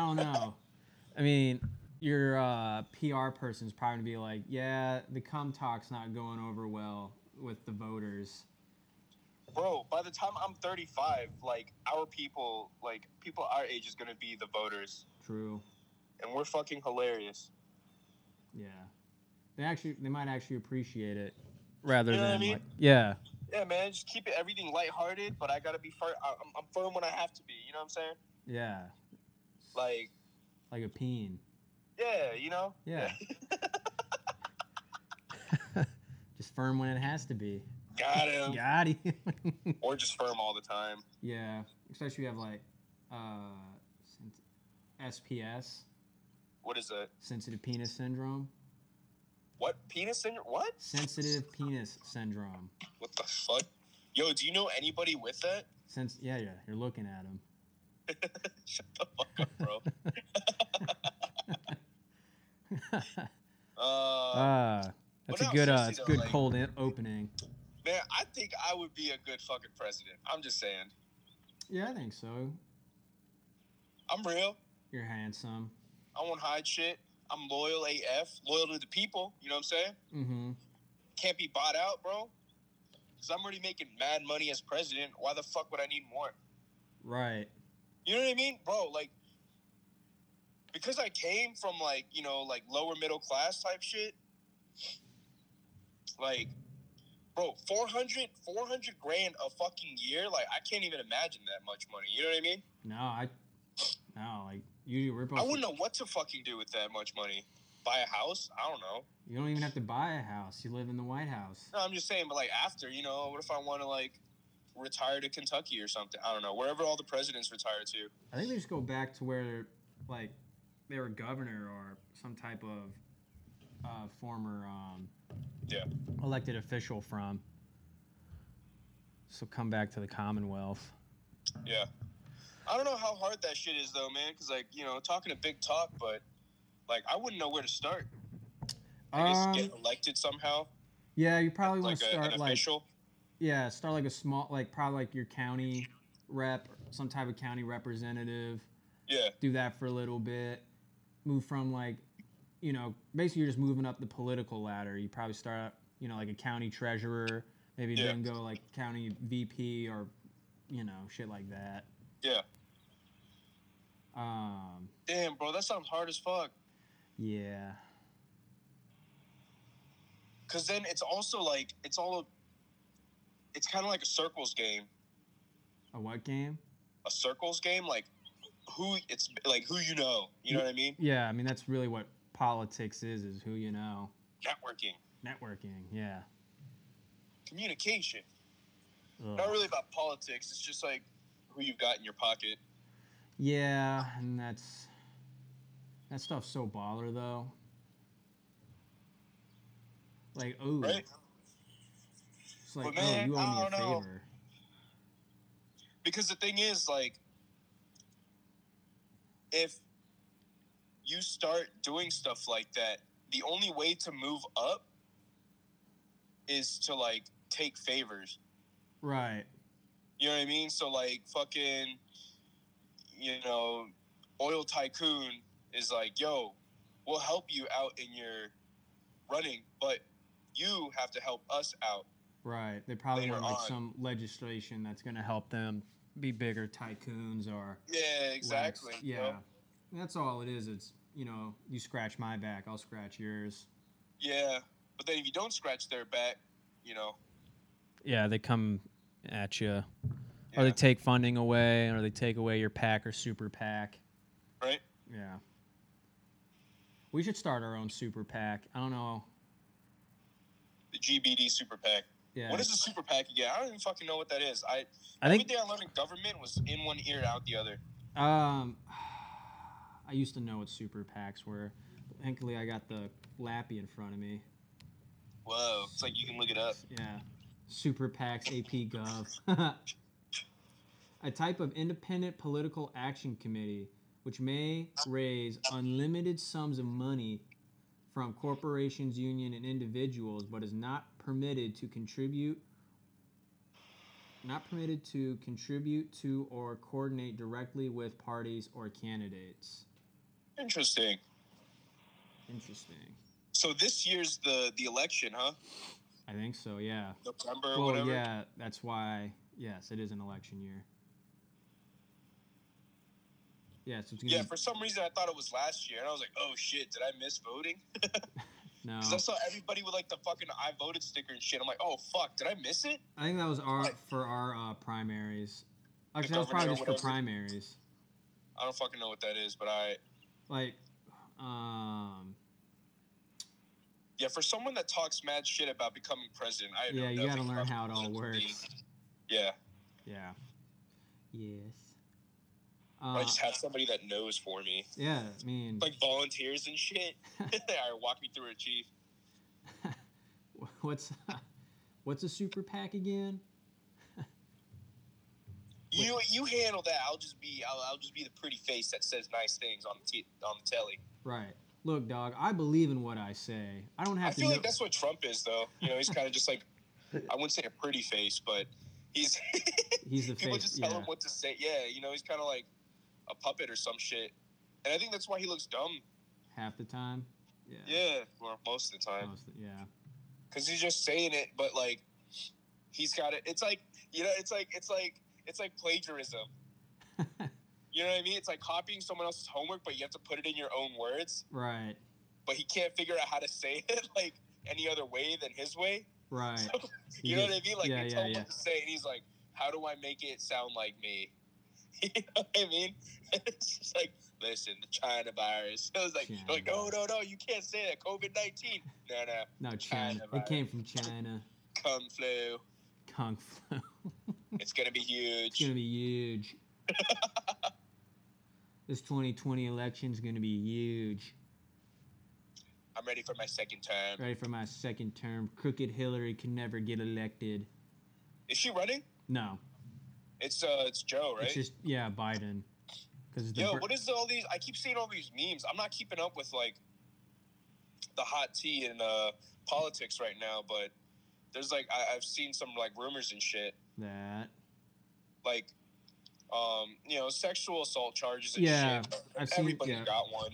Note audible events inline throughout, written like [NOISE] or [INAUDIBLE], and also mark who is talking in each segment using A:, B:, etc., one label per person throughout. A: don't know. I mean, your uh, PR person's probably gonna be like, yeah, the cum talk's not going over well with the voters.
B: Bro, by the time I'm 35, like our people, like people our age is gonna be the voters,
A: True.
B: and we're fucking hilarious.
A: Yeah. They actually, they might actually appreciate it rather
B: You know what I
A: than
B: mean?
A: like, yeah,
B: Yeah, man, just keep it everything lighthearted, but I gotta be firm. I'm, I'm firm when I have to be. You know what I'm saying?
A: yeah,
B: Like,
A: like a
B: [LAUGHS]
A: peen.
B: yeah, you know.
A: Yeah. Just firm when it has to be.
B: [LAUGHS] Got him.
A: Got him. [LAUGHS]
B: Or just firm all the time.
A: yeah, especially if you have like uh, sens- SPS,
B: What is it?
A: sensitive penis syndrome.
B: What penis syndrome? What?
A: Sensitive penis syndrome.
B: What the fuck? Yo, do you know anybody with that? [LAUGHS]
A: Since yeah, yeah, you're looking at him. [LAUGHS]
B: Shut the fuck up, bro. Uh,
A: Ah, that's
B: but
A: a
B: no,
A: good, uh,
B: seriously
A: it's a
B: though,
A: good
B: like-
A: cold in- opening.
B: man, I think I would be a good fucking president. I'm just saying.
A: Yeah, I think so.
B: I'm real.
A: You're handsome.
B: I won't hide shit. I'm loyal AF, loyal to the people. You know what I'm saying?
A: Mm-hmm.
B: Can't be bought out, bro. Cause I'm already making mad money as president. Why the fuck would I need more?
A: Right.
B: You know what I mean, bro? Like, because I came from like you know like lower middle class type shit. Like, bro, 400, 400 grand a fucking year. Like, I can't even imagine that much money. You know what I mean?
A: No, I. No, like usually we're both.
B: I wouldn't know what to fucking do with that much money. Buy a house? I don't know.
A: You don't even have to buy a house. You live in the White House.
B: No, I'm just saying. But like after, you know, what if I want to like retire to Kentucky or something? I don't know. Wherever all the presidents retire to.
A: I think they just go back to where, like, they were governor or some type of uh, former um,
B: Yeah.
A: elected official from. So come back to the Commonwealth.
B: Yeah. I don't know how hard that shit is though, man. Cause like you know, talking a big talk, but like I wouldn't know where to start. I guess
A: Um,
B: get elected somehow,
A: yeah, you probably want
B: like
A: to
B: a,
A: start
B: an
A: like
B: official.
A: yeah, start like a small like probably like your county rep, some type of county representative.
B: Yeah,
A: do that for a little bit, move from like, you know, basically you're just moving up the political ladder. You probably start, out, you know, like a county treasurer, maybe
B: Yeah.
A: then go like county VP or, you know, shit like that.
B: yeah.
A: Um,
B: Damn, bro, that sounds hard as fuck.
A: yeah,
B: Cause then it's also like it's all a, it's kind of like a circles game.
A: a what game?
B: A circles game, like who it's like who you know. You know what I mean?
A: Yeah, I mean that's really what politics is: is who you know,
B: Networking,
A: networking. Yeah.
B: communication.
A: Ugh.
B: Not really about politics. It's just like who you've got in your pocket.
A: Yeah, and that's that stuff's so baller though. Like, oh,
B: Right.
A: It's like,
B: But man,
A: oh, you owe
B: I
A: me a
B: don't know.
A: favor.
B: because the thing is like if you start doing stuff like that the only way to move up is to like take favors
A: Right.
B: you know what i mean so like fucking you know oil tycoon is like yo we'll help you out in your running but you have to help us out
A: Right. They probably
B: Later
A: want like
B: on.
A: some legislation that's gonna help them be bigger tycoons or
B: yeah
A: less-
B: exactly you
A: Yeah.
B: know?
A: That's all it is. It's you know, you scratch my back, I'll scratch yours.
B: yeah but then if you don't scratch their back you know
A: Yeah, they come at you,
B: yeah.
A: take funding away, or they take away your pack or super pack.
B: right
A: Yeah. We should start our own super pack. I don't know.
B: the GBD Super PAC.
A: Yeah.
B: What is the Super PAC again? I don't even fucking know what that is. I,
A: I think
B: everything I learned in government was in one ear out the other.
A: um [SIGHS] I used to know what super packs were. Thankfully I got the lappy in front of me.
B: Whoa, it's like you can look it up.
A: Yeah. Super PACs AP Gov. [LAUGHS] A type of independent political action committee which may raise unlimited sums of money from corporations, union, and individuals, but is not permitted to contribute not permitted to contribute to or coordinate directly with parties or candidates.
B: Interesting.
A: Interesting.
B: So this year's the the election, huh?
A: I think so. Yeah.
B: November, or
A: Well,
B: whatever.
A: yeah. That's why. Yes, it is an election year. Yeah. So it's gonna
B: Yeah,
A: be,
B: for some reason I thought it was last year, and I was like, "Oh shit, did I miss voting?"
A: no.
B: Because I saw everybody with like the fucking "I voted" sticker and shit. I'm like, "Oh fuck, did I miss it?"
A: I think that was our for our uh, primaries. Actually, that was
B: governor
A: probably
B: or
A: just for
B: whatever.
A: primaries.
B: I don't fucking know what that is, but I
A: Like, um,
B: yeah, for someone that talks mad shit about becoming president, I had no
A: yeah, you
B: doubt
A: got to
B: that
A: learn
B: Trump
A: how it all
B: was gonna be-
A: works.
B: Yeah,
A: Yeah. Yes.
B: I
A: Uh,
B: just have somebody that knows for me,
A: yeah. I mean,
B: like volunteers and shit. [LAUGHS] All right, walk me through it, chief.
A: [LAUGHS] what's what's a super PAC again?
B: You you handle that. I'll just be I'll, I'll just be the pretty face that says nice things on the t- on the telly.
A: Right. Look, dog. I believe in what I say. I don't
B: I
A: have to.
B: feel
A: know-
B: like that's what Trump is, though. You know, he's kind of just like I wouldn't say a pretty face, but he's [LAUGHS]
A: he's the
B: people
A: face.
B: just tell
A: yeah.
B: him what to say. Yeah, you know, he's kind of like a puppet or some shit. And I think that's why he looks dumb.
A: Half the time. Yeah.
B: Yeah, well, most of the time,
A: Most- yeah.
B: because he's just saying it, but like he's got it. It's like you know, it's like it's like it's like
A: [LAUGHS]
B: plagiarism. You know what I mean? It's like copying someone else's homework, but you have to put it in your own words.
A: Right.
B: But he can't figure out how to say [LAUGHS] it like any other way than his way.
A: Right.
B: So, [LAUGHS]
A: He
B: you know
A: just-
B: what I mean? Like
A: yeah,
B: you tell
A: yeah,
B: him
A: yeah.
B: what to say, and he's like, "How do I make it sound like me?" [LAUGHS] you know what I mean? [LAUGHS] it's just like, listen, the China virus. [LAUGHS] I was like,
A: China
B: like, no, no, no, you can't say that. COVID nineteen. No, no,
A: No, China. It
B: virus.
A: came from China.
B: kung flu.
A: Kung flu.
B: It's gonna be
A: [LAUGHS] It's
B: huge.
A: gonna be
B: [LAUGHS]
A: huge. this 2020 election's gonna be huge.
B: I'm ready for my second term.
A: Ready for my second term? Crooked Hillary can never get elected.
B: Is she running?
A: No,
B: It's uh, it's Joe, right?
A: it's just yeah, Biden. Because
B: Yo, what is all these? I keep seeing all these memes. I'm not keeping up with like the hot tea and uh, politics right now, but there's like I, I've seen some like rumors and shit.
A: that?
B: like um, you know, sexual assault charges and
A: Yeah,
B: shit.
A: I've seen-
B: Everybody
A: yeah.
B: got one,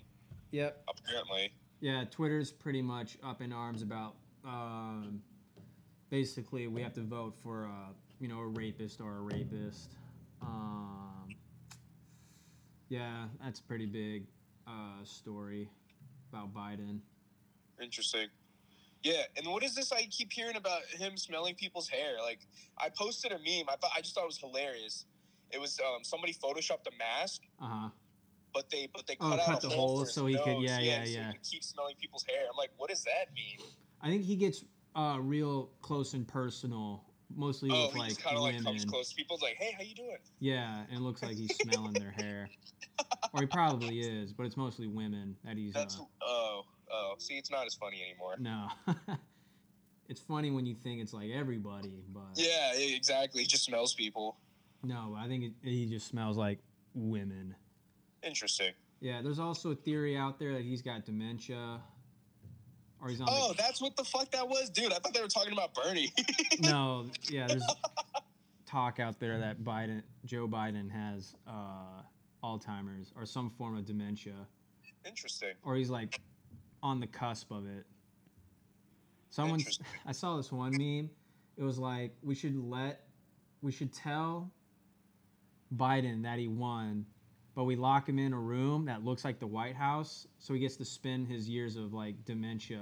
A: Yep.
B: apparently.
A: Yeah, Twitter's pretty much up in arms about. Um, basically, we have to vote for a you know a rapist or a rapist. Um, yeah, that's a pretty big uh, story about Biden.
B: Interesting. Yeah, and what is this I keep hearing about him smelling people's hair? Like I posted a meme. I thought I just thought it was hilarious. It was um, somebody photoshopped a mask,
A: Uh huh.
B: but they but they
A: Oh,
B: cut out
A: cut
B: a
A: the
B: hole
A: hole
B: for his
A: so he could-
B: nose.
A: yeah, yeah,
B: so
A: yeah.
B: He could keep smelling people's hair. I'm like, what does that mean?
A: I think he gets uh, real close and personal, mostly
B: oh,
A: with
B: he just
A: like
B: kind of like
A: women.
B: comes close. to People's like, hey, how you doing?
A: yeah, and it looks like he's smelling their
B: [LAUGHS]
A: hair, or he probably is, but it's mostly women that he's. Uh,
B: That's oh oh. See, it's not as funny anymore.
A: no, [LAUGHS] it's funny when you think it's like everybody, but
B: Yeah, yeah, exactly. He just smells people.
A: no, I think it, he just smells like women.
B: Interesting.
A: Yeah, there's also a theory out there that he's got dementia, or he's on. [LAUGHS]
B: Oh, that's what the fuck that was, dude. I thought they were talking about Bernie. [LAUGHS]
A: the, no, yeah, there's talk out there that Biden, Joe Biden, has uh, Alzheimer's or some form of dementia.
B: Interesting.
A: or he's like on the cusp of it. Someone,
B: Interesting.
A: [LAUGHS] I saw this one meme. It was like we should let, we should tell Biden that he won, but we lock him in a room that looks like the White House, so he gets to spend his years of like dementia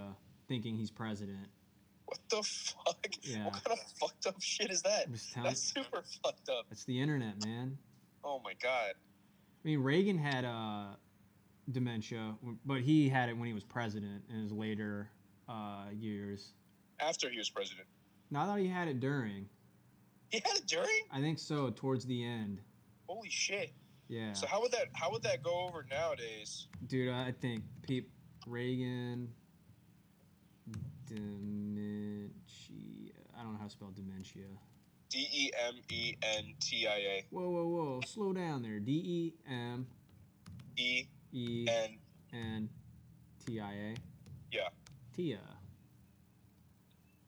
A: thinking he's president.
B: What the fuck?
A: Yeah.
B: What kind of fucked up shit is that?
A: I'm just telling-
B: That's super fucked up.
A: It's the internet, man.
B: Oh my god.
A: I mean, Reagan had uh, dementia, but he had it when he was president in his later uh, years.
B: After he was president,
A: Not that he had it during.
B: he had it during.
A: I think so. Towards the end,
B: Holy shit.
A: yeah,
B: So how would that how would that go over nowadays?
A: dude. I think Pete Reagan dementia. I don't know how to spell dementia.
B: D E M E N T I
A: Whoa, whoa, whoa! Slow down there. D E M
B: A E
A: E
B: N.
A: N T I A.
B: Yeah.
A: Tia.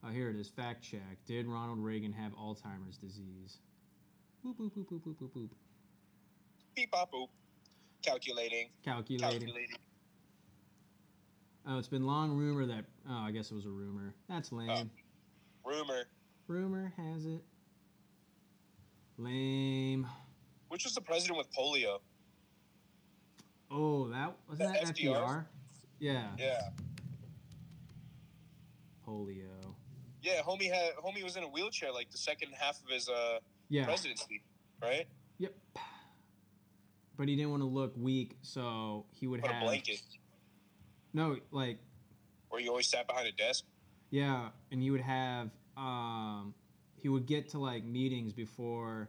A: Oh, here it is. Fact check. Did Ronald Reagan have Alzheimer's disease? Boop, boop, boop, boop, boop, boop, boop.
B: Beep bop boop. calculating,
A: calculating.
B: calculating.
A: Oh, it's been long rumor that. Oh, I guess it was a rumor. That's
B: Oh.
A: lame.
B: Rumor,
A: Rumor has it. Lame.
B: which was the president with polio.
A: Uh-huh. Oh, that wasn't
B: The
A: that
B: FDR?
A: FDR. Yeah.
B: Yeah,
A: Polio.
B: yeah. Homie had homie was in a wheelchair like the second half of his uh,
A: Yeah.
B: presidency, right?
A: Yep. But he didn't want to look weak, so he would
B: Put
A: have
B: a blanket,
A: no, like
B: or you always sat behind a desk.
A: yeah, and he would have um, he would get to like meetings before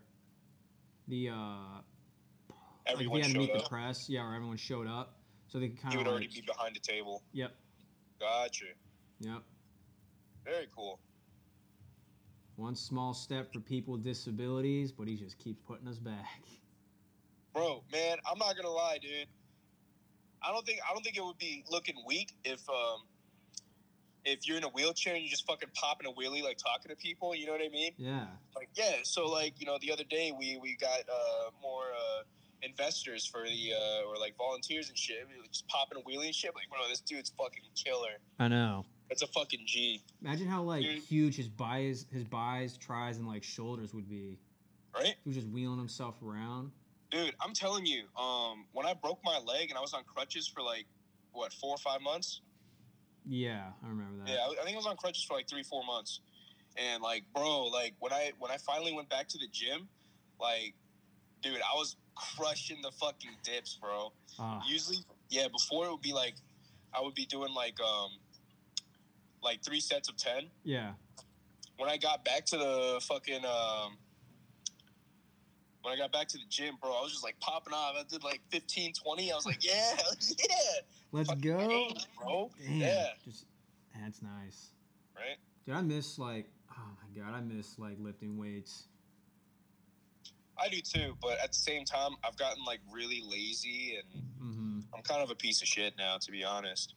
A: the uh, like, if he
B: Everyone
A: had to
B: showed
A: meet
B: up.
A: the press, yeah, or everyone showed up, so they could kind
B: He
A: of
B: would already
A: like,
B: be behind the table.
A: yep,
B: Gotcha.
A: yep.
B: Very cool.
A: One small step for people with disabilities, but he just keeps putting us back. [LAUGHS]
B: Bro, man, I'm not gonna lie, dude. I don't think I don't think it would be looking weak if um if you're in a wheelchair and you're just fucking popping a wheelie like talking to people, you know what I mean?
A: Yeah,
B: Like yeah, so like, you know, the other day we we got uh more uh investors for the uh or like volunteers and shit. We were just popping a wheelie and shit. Like, bro, this dude's fucking killer.
A: I know.
B: That's a fucking G,
A: Imagine how like
B: Dude.
A: huge his buys, his buys, tries, and like shoulders would be.
B: right?
A: He was just wheeling himself around.
B: Dude, I'm telling you, um when I broke my leg and I was on crutches for like what, four or five months?
A: Yeah, I remember that.
B: Yeah, I- I think I was on crutches for like three, four months, and like, bro, like when I when I finally went back to the gym, like, dude, I was crushing the fucking dips, bro.
A: Ah,
B: Usually, yeah, before it would be like, I would be doing like um, like three sets of ten.
A: yeah.
B: When I got back to the fucking um. When I got back to the gym, bro, I was just like popping off. I did like 15, 20. I was like, yeah, [LAUGHS] yeah.
A: Let's
B: fucking
A: go.
B: gains, bro.
A: Damn.
B: Yeah.
A: Just that's nice.
B: Right?
A: Dude, I miss like oh my god, I miss like lifting weights.
B: I do too, but at the same time, I've gotten like really lazy and
A: Mm-hmm.
B: I'm kind of a piece of shit now, to be honest.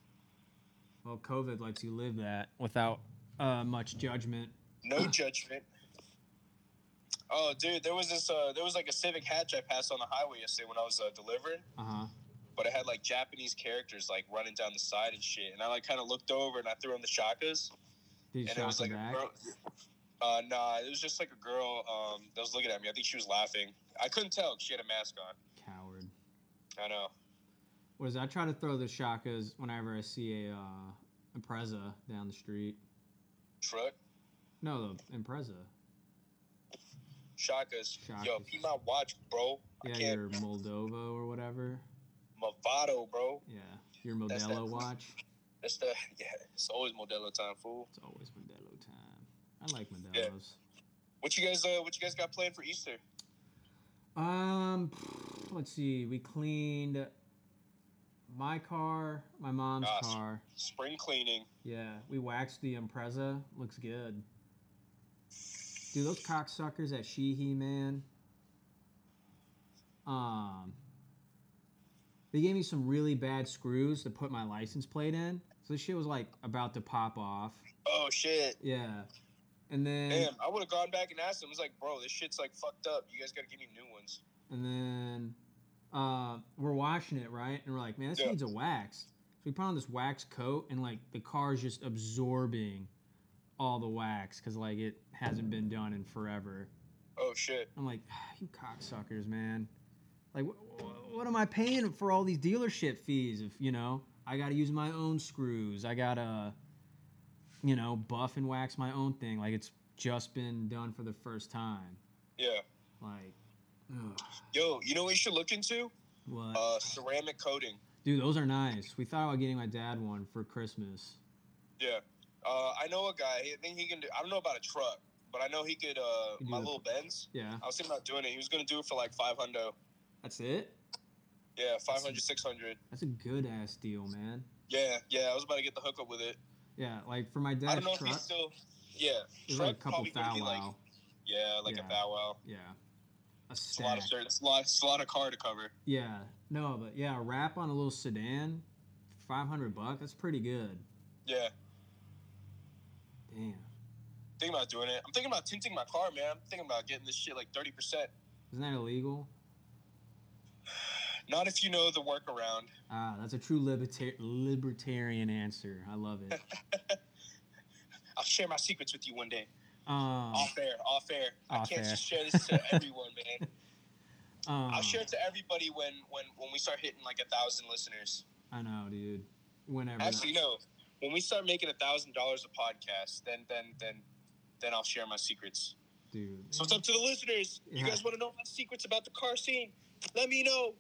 A: Well, COVID lets you live that without uh, much judgment. [LAUGHS]
B: No judgment. Oh, dude, there was this, uh, there was like a Civic hatch I passed on the highway yesterday when I was uh, delivering,
A: Uh huh.
B: but it had like Japanese characters like running down the side and shit. And I like kind of looked over and I threw him the shakas.
A: Did you
B: and it
A: shock
B: was
A: them
B: like
A: back?
B: a girl. Uh, nah, it was just like a girl um, that was looking at me. I think she was laughing. I couldn't tell 'cause she had a mask on.
A: Coward.
B: I know.
A: What is that? I try to throw the shakas whenever I see a uh, Impreza down the street.
B: Truck.
A: No, the Impreza.
B: Shakas. Yo,
A: Shakas.
B: pee my watch, bro. I
A: Yeah,
B: can't
A: your Moldova or whatever.
B: Movado, bro.
A: Yeah, your
B: That's that-
A: Modelo watch.
B: That's the [LAUGHS] yeah. It's always Modelo time, fool.
A: It's always Modelo time. I like Modelos.
B: Yeah. What you guys? Uh, what you guys got planned for Easter?
A: Um, let's see. We cleaned my car, my mom's
B: Ah, s-
A: car.
B: Spring cleaning.
A: Yeah, we waxed the Impreza. Looks good. Dude, those cocksuckers at Sheehy, man. Um, they gave me some really bad screws to put my license plate in. So this shit was like about to pop off.
B: Oh shit.
A: Yeah, and then
B: Damn, I would have gone back and asked him. It's like, bro, this shit's like fucked up. You guys gotta give me new ones.
A: and then uh, we're washing it right, and we're like, man, this
B: Yeah.
A: needs a wax. So we put on this wax coat, and like the car's just absorbing all the wax because like it hasn't been done in forever.
B: Oh shit.
A: I'm like, "Ah, you cocksuckers, man. Like, wh- wh- what am I paying for all these dealership fees? If you know, I gotta use my own screws. I gotta, you know, buff and wax my own thing. Like it's just been done for the first time.
B: Yeah.
A: Like, ugh,
B: Yo, you know what you should look into?
A: what?
B: Uh, ceramic coating.
A: Dude, those are nice. We thought about getting my dad one for Christmas.
B: Yeah. Uh, I know a guy. I think he can do. I don't know about a truck, but I know he could. Uh,
A: Can
B: my
A: do it.
B: little Benz.
A: Yeah.
B: I was thinking about doing it. He was gonna do it for like five hundo.
A: That's it?
B: Yeah, 500, 600.
A: That's a good ass deal, man.
B: Yeah, yeah. I was about to get the hookup with it.
A: Yeah, like for my
B: I
A: dad's
B: don't know if
A: truck,
B: he's still. Yeah.
A: there's like a
B: truck
A: couple
B: probably gonna
A: thou
B: be, like,
A: wow.
B: Yeah, like
A: Yeah.
B: a bow wow.
A: Yeah. A
B: It's a lot
A: stack.
B: of shirt. It's a lot, it's a lot of car to cover.
A: Yeah. No, but yeah, a wrap on a little sedan, 500 bucks, that's pretty good.
B: Yeah,
A: Damn.
B: thinking about doing it. I'm thinking about tinting my car, man. I'm thinking about getting this shit like 30%.
A: Isn't that illegal?
B: Not if you know the workaround.
A: Ah, that's a true libertar- libertarian answer. I love
B: [LAUGHS]
A: it.
B: I'll share my secrets with you one day.
A: Um,
B: off air, off air. I
A: Off
B: can't
A: air.
B: just share this to
A: [LAUGHS]
B: everyone, man.
A: um,
B: I'll share it to everybody when when when we start hitting like a thousand listeners.
A: I know, dude. Whenever. that-
B: Actually, no. When we start making a thousand dollars a podcast, then then then then I'll share my secrets.
A: dude.
B: So it's up to the listeners. You
A: Yeah.
B: guys want to know my secrets about the car scene? Let me know.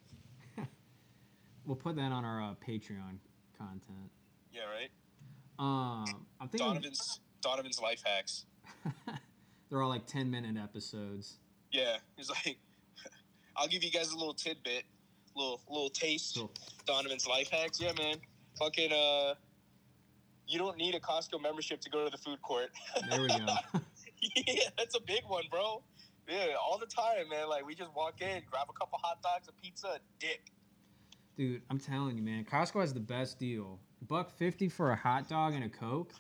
A: We'll put that on our uh, Patreon content.
B: Yeah, right.
A: Um, I'm thinking
B: Donovan's Donovan's life hacks.
A: [LAUGHS] they're all like 10 minute episodes.
B: Yeah, he's like, [LAUGHS] I'll give you guys a little tidbit, little little taste.
A: Cool.
B: Donovan's life hacks. Yeah, man. Fucking uh, you don't need a Costco membership to go to the food court. [LAUGHS]
A: There we go. [LAUGHS]
B: yeah, that's a big one, bro. Yeah, all the time, man. Like we just walk in, grab a couple hot dogs, a pizza, a dip.
A: dude, I'm telling you, man. Costco has the best deal. Buck 50 for a hot dog and a Coke?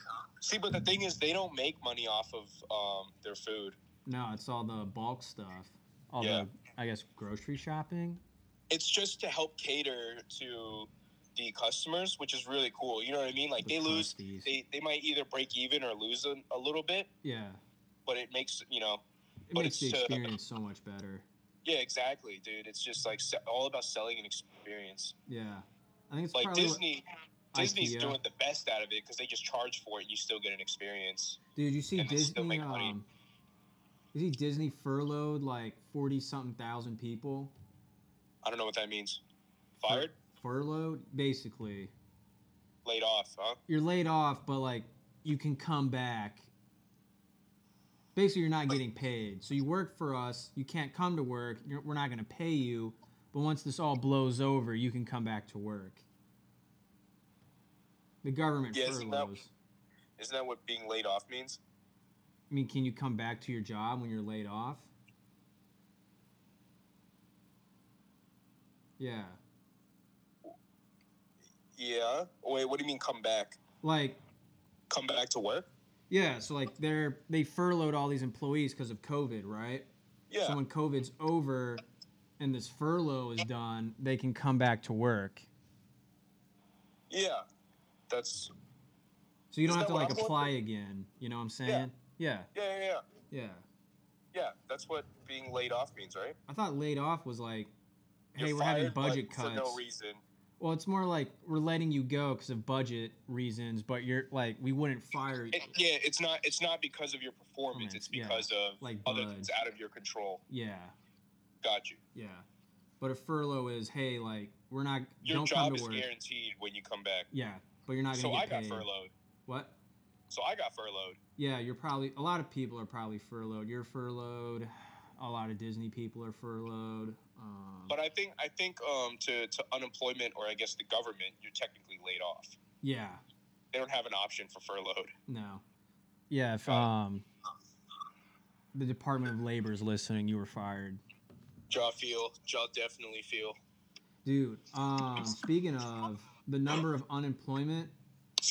B: See, but the thing is, they don't make money off of um, their food.
A: No, it's all the bulk stuff. All
B: Yeah.
A: the, I guess, grocery shopping.
B: It's just to help cater to the customers, which is really cool. You know what I mean? Like
A: The
B: they lose,
A: crusties.
B: they they might either break even or lose a, a little bit,
A: yeah.
B: but it makes you know
A: It
B: but
A: makes the
B: it's, uh,
A: experience so much better.
B: Yeah, exactly, dude. It's just like se- all about selling an experience.
A: Yeah. I think it's
B: Like
A: probably what-
B: Disney, Disney's
A: IKEA.
B: doing the best out of it because they just charge for it and you still get an experience.
A: Dude, you see
B: and they still
A: Disney.
B: make money.
A: Um, you see Disney furloughed like forty something thousand people.
B: I don't know what that means. Fired,
A: Furloughed, basically.
B: laid off, huh?
A: You're laid off, but like you can come back. Basically, you're not getting paid. So you work for us. You can't come to work. You're, we're not gonna pay you. But once this all blows over, you can come back to work. The government
B: Yeah, isn't that-
A: furloughs.
B: Isn't that what being laid off means?
A: I mean, can you come back to your job when you're laid off? Yeah.
B: Yeah. Wait, what do you mean come back?
A: Like,
B: Come back to work?
A: yeah, so like they're they furloughed all these employees because of COVID, right?
B: Yeah.
A: So when COVID's over and this furlough is done, they can come back to work.
B: yeah. That's
A: So you don't
B: Is
A: have
B: that
A: to
B: what
A: like
B: I'm going
A: apply again. You know what I'm saying? Yeah.
B: yeah, yeah, yeah.
A: yeah,
B: Yeah, that's what being laid off means, right?
A: I thought laid off was like, hey,
B: You're
A: we're having
B: fired, but
A: budget cuts.
B: for no reason.
A: Well, it's more like we're letting you go because of budget reasons, but you're like we wouldn't fire you.
B: It, yeah, it's not. It's not because of your performance. It's
A: Yeah.
B: because of
A: Like
B: other
A: Bud.
B: things out of your control.
A: Yeah,
B: Got you.
A: yeah. But a furlough is hey, like we're not
B: Your
A: don't
B: job
A: come
B: is
A: to work.
B: guaranteed when you come back.
A: Yeah, but you're not gonna
B: So I
A: get
B: got
A: paid.
B: furloughed.
A: What?
B: So I got furloughed.
A: Yeah, you're probably a lot of people are probably furloughed. You're furloughed. A lot of Disney people are furloughed. Um,
B: But I think I think um, to to unemployment or I guess the government, you're technically laid off.
A: yeah,
B: They don't have an option for furloughed.
A: no, yeah. If um, the Department of Labor is listening, you were fired.
B: Jaw feel, jaw definitely feel.
A: Dude, um, speaking of the number of unemployment,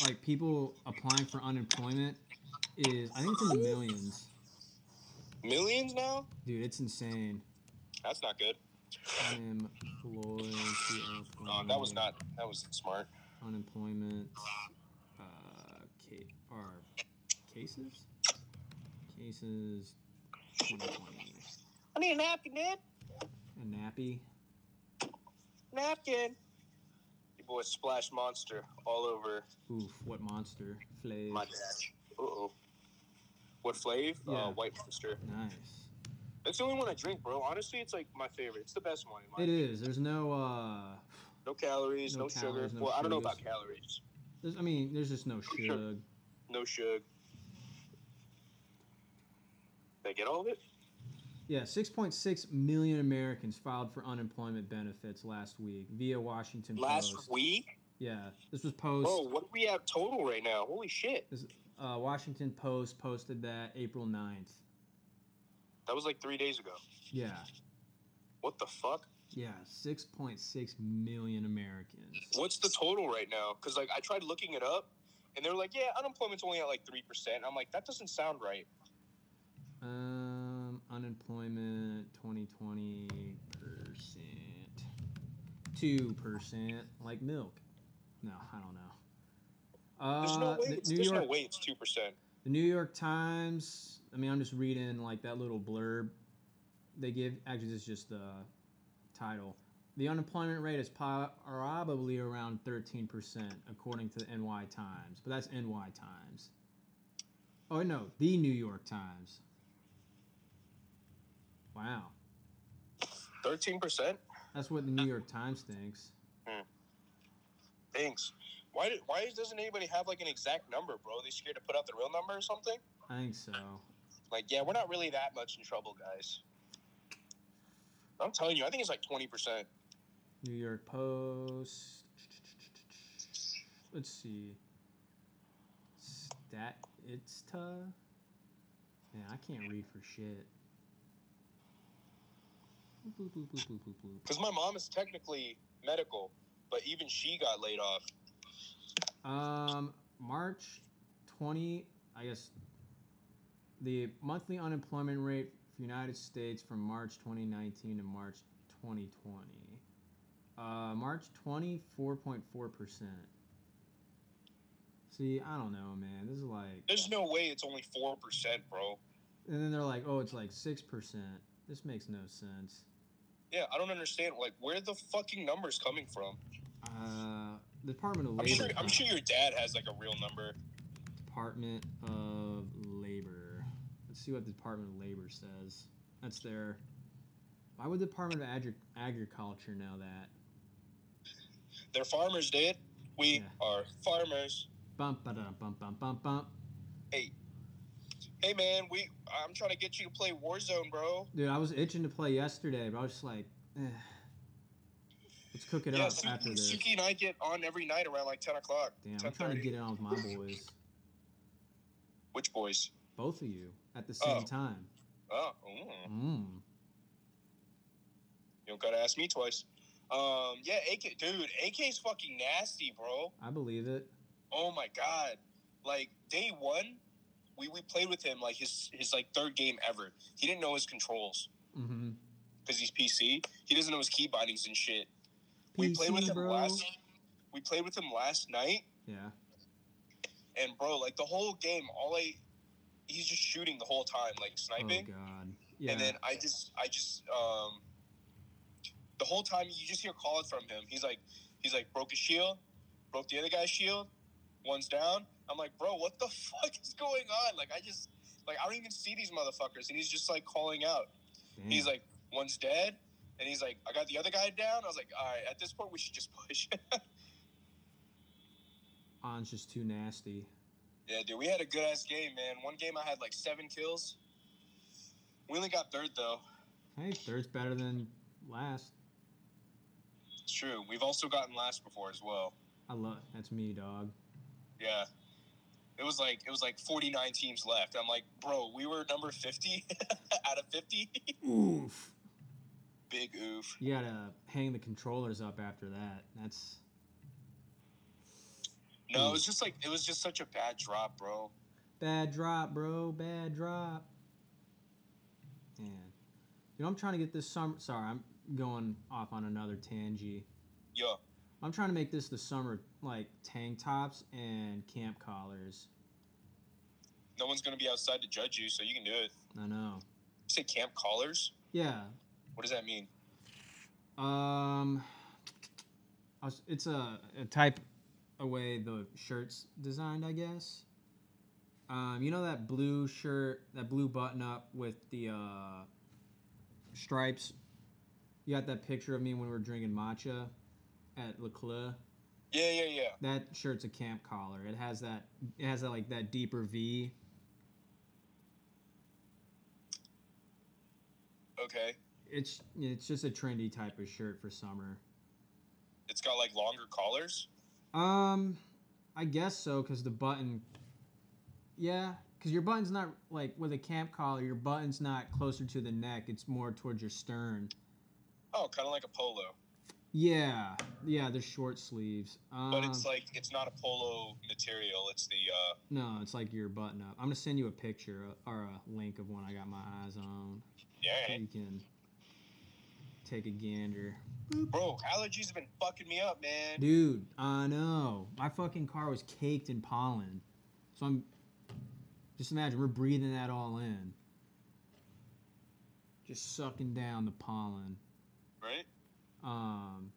A: like people applying for unemployment is, I think it's in the millions.
B: Millions now?
A: Dude, it's insane.
B: That's not good.
A: Unemployed.
B: Uh, that was not that was smart.
A: Unemployment. Uh, ca- or cases? Cases. 2020.
B: I need a napkin, man.
A: A nappy.
B: Napkin. Your boy Splash Monster all over
A: Oof, what monster. Flays.
B: my dash. Uh oh. What flavor?
A: Yeah.
B: Uh, White Monster.
A: Nice.
B: That's the only one I drink, bro. Honestly, it's like my favorite. It's the best one in my
A: It is. There's no, uh,
B: No calories,
A: No
B: no,
A: calories,
B: sugar.
A: no
B: well, I don't know
A: sugars.
B: about calories.
A: there's, I mean, there's just no sugar.
B: No sugar. Did I get all of it?
A: Yeah, 6.6 million Americans filed for unemployment benefits last week via Washington
B: Last
A: Post.
B: week?
A: Yeah, this was Post.
B: Bro, what do we have total right now? Holy shit.
A: Uh, Washington Post posted that April 9th.
B: That was like three days ago.
A: Yeah,
B: What the fuck?
A: yeah, 6.6 million Americans.
B: What's the total right now? Because, like, I tried looking it up, and they were like, yeah, unemployment's only at like 3%. I'm like, that doesn't sound right.
A: Um, unemployment 2020 percent. two percent, like milk. No, I don't know. Uh,
B: There's no way.
A: the
B: It's,
A: New
B: there's
A: York,
B: no way it's two percent.
A: the New York Times. I mean, I'm just reading like that little blurb they give. Actually, this is just the title. The unemployment rate is po- probably around 13 percent, according to the NY Times. But that's NY Times. Oh no, the New York Times. Wow,
B: Thirteen percent.
A: that's what the New York Times thinks.
B: Thanks. Why? do- Why doesn't anybody have like an exact number, bro? Are they scared to put out the real number or something?
A: I think so.
B: Like, yeah, we're not really that much in trouble, guys. I'm telling you, I think it's like twenty percent.
A: New York Post. Let's see. Stat Itsta. Man, I can't read for shit. Boop, boop, boop, boop, boop, boop,
B: Because my mom is technically medical, but even she got laid off.
A: boop. Um, March 20, I guess the monthly unemployment rate for United States from March 2019 to March 2020. Uh, March 20, 4.4%. See, I don't know, man. This is like.
B: There's no way it's only four percent, bro.
A: And then they're like, oh, it's like 6%. This makes no sense.
B: Yeah, I don't understand. Like, where the fucking numbers coming from?
A: Uh, the Department of
B: I'm
A: Labor.
B: sure. I'm sure your dad has like a real number.
A: Department of Labor. Let's see what the Department of Labor says. That's their. Why would the Department of Agri- Agriculture know that?
B: They're farmers, dude. We
A: Yeah.
B: are farmers.
A: Bump, ba-da, bump, bump, bump, bump.
B: Hey, man, we. I'm trying to get you to play Warzone, bro.
A: Dude, I was itching to play yesterday, but I was just like, eh. let's cook it
B: yeah,
A: up
B: Suki,
A: after this.
B: Suki and I get on every night around like 10 o'clock.
A: Damn, I'm
B: 10
A: trying to get it on with my boys,
B: Which boys?
A: both of you, at the same
B: Oh.
A: time.
B: Oh, mm.
A: Mm.
B: you don't gotta ask me twice. Um, yeah, AK, dude, AK's fucking nasty, bro.
A: I believe it.
B: Oh my god, like day one, we we played with him like his his like third game ever. He didn't know his controls
A: Mm-hmm.
B: because he's PC. He doesn't know his key bindings and shit. we played with him last. We played with him last night,
A: Yeah.
B: and bro, like the whole game, all I he's just shooting the whole time, like sniping.
A: Oh God. Yeah.
B: And then I just, I just, um, the whole time you just hear calling from him. He's like, he's like, broke his shield, broke the other guy's shield, one's down. I'm like, bro, what the [LAUGHS] fuck is going on? Like, I just, like, I don't even see these motherfuckers. And he's just like calling out.
A: Damn.
B: He's like, one's dead. And he's like, I got the other guy down. I was like, all right, at this point, we should just [LAUGHS] push.
A: On's just too nasty.
B: yeah, dude, we had a good ass game, man. One game I had like seven kills. We only got third, though.
A: Hey, third's better than last.
B: It's true. We've also gotten last before as well.
A: I love. That's me, dog.
B: Yeah. It was like it was like 49 teams left. I'm like, bro, we were number 50 [LAUGHS] out of 50.
A: Oof.
B: Big oof.
A: You gotta hang the controllers up after that. That's
B: No, it was just like it was just such a bad drop, bro.
A: bad drop, bro. Bad drop. Man, you know I'm trying to get this summer. Sorry, I'm going off on another tangy.
B: Yo,
A: I'm trying to make this the summer like tank tops and camp collars.
B: no one's gonna be outside to judge you, so you can do it.
A: I know.
B: You say camp callers?
A: Yeah,
B: What does that mean?
A: Um, I was- it's a, a type of way the shirt's designed, I guess. Um, you know that blue shirt, that blue button up with the uh, stripes. You got that picture of me when we were drinking matcha at Le Cleux.
B: Yeah, yeah, yeah.
A: That shirt's a camp collar. It has that. It has that like that deeper V.
B: Okay.
A: It's it's just a trendy type of shirt for summer.
B: It's got like longer collars.
A: Um, I guess so, cause the button. Yeah, cause your button's not like with a camp collar. Your button's not closer to the neck. It's more towards your stern.
B: Oh, kind of like a polo,
A: Yeah, yeah, they're short sleeves. Um,
B: but it's like it's not a polo material. It's the uh,
A: no, it's like your button up. I'm gonna send you a picture or a link of one I got my eyes on, so
B: yeah.
A: you can take a gander.
B: Bro, allergies have been fucking me up, man.
A: Dude, I know. My fucking car was caked in pollen. So I'm just imagine we're breathing that all in. Just sucking down the pollen.
B: Right?
A: Um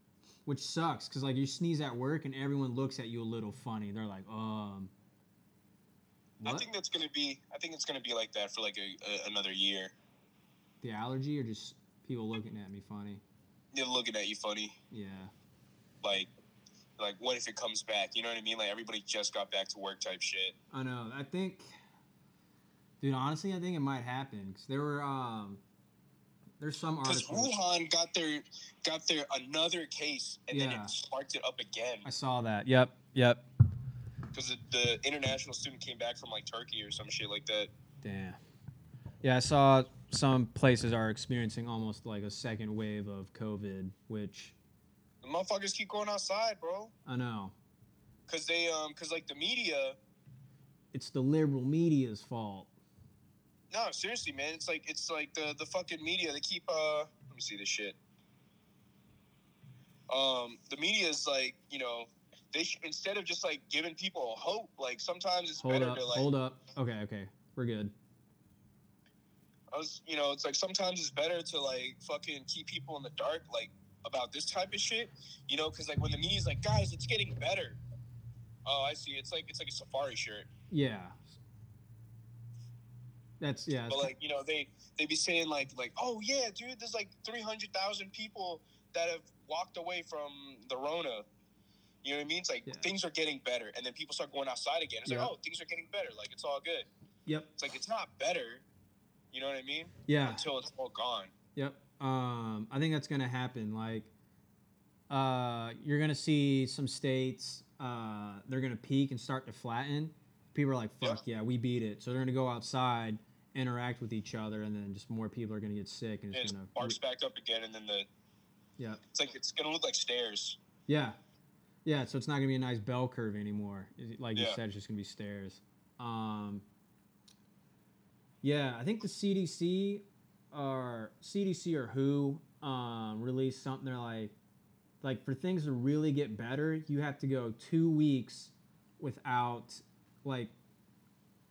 A: which sucks cuz like you sneeze at work and everyone looks at you a little funny. They're like, "Um
B: I
A: what?
B: think that's gonna be. I think it's gonna be like that for like a, a, another year.
A: The allergy or just people looking at me funny?"
B: They're looking at you funny.
A: Yeah.
B: Like, like what if it comes back? You know what I mean? Like everybody just got back to work type shit.
A: I know. I think, dude. Honestly, I think it might happen because there were um, there's some
B: Because
A: articles
B: Wuhan got their got their another case, and then
A: Yeah.
B: it sparked it up again.
A: I saw that. Yep, yep.
B: Because the, the international student came back from like Turkey or some shit like that.
A: Damn. Yeah, I saw some places are experiencing almost like a second wave of COVID, which
B: The motherfuckers keep going outside, bro.
A: I know
B: Because they um, because like the media.
A: it's the liberal media's fault.
B: No, seriously, man. It's like it's like the the fucking media. They keep uh. Let me see this shit. Um, the media is like you know they sh- instead of just like giving people hope, like sometimes it's
A: Hold
B: better
A: up,
B: to like
A: hold up. Okay, okay, we're good.
B: I was you know it's like sometimes it's better to like fucking keep people in the dark like about this type of shit, you know, because like when the media's like guys, it's getting better. Oh, I see. It's like it's like a safari shirt,
A: Yeah. That's yeah.
B: but
A: it's-
B: like you know they they be saying like like oh yeah, dude, there's like three hundred thousand people that have walked away from the Rona. You know what I mean? It's like
A: Yeah.
B: things are getting better, and then people start going outside again. It's
A: Yeah.
B: like oh, things are getting better. Like it's all good.
A: yep.
B: It's like it's not better. You know what I mean?
A: Yeah.
B: Until it's all gone.
A: Yep. Um, I think that's going to happen. Like, uh, you're going to see some states, uh, they're going to peak and start to flatten. People are like, fuck yeah, we beat it. So they're going to go outside, interact with each other, and then just more people are going to get sick. And
B: And it
A: it's going
B: sparks
A: to.
B: back up again, and then the
A: Yeah.
B: It's like it's gonna look like stairs.
A: Yeah. Yeah. So it's not going to be a nice bell curve anymore. Is it- Like you
B: Yeah.
A: said, it's just going to be stairs. Um, yeah. I think the CDC or CDC or WHO um, released something. They're like, like for things to really get better, you have to go two weeks without like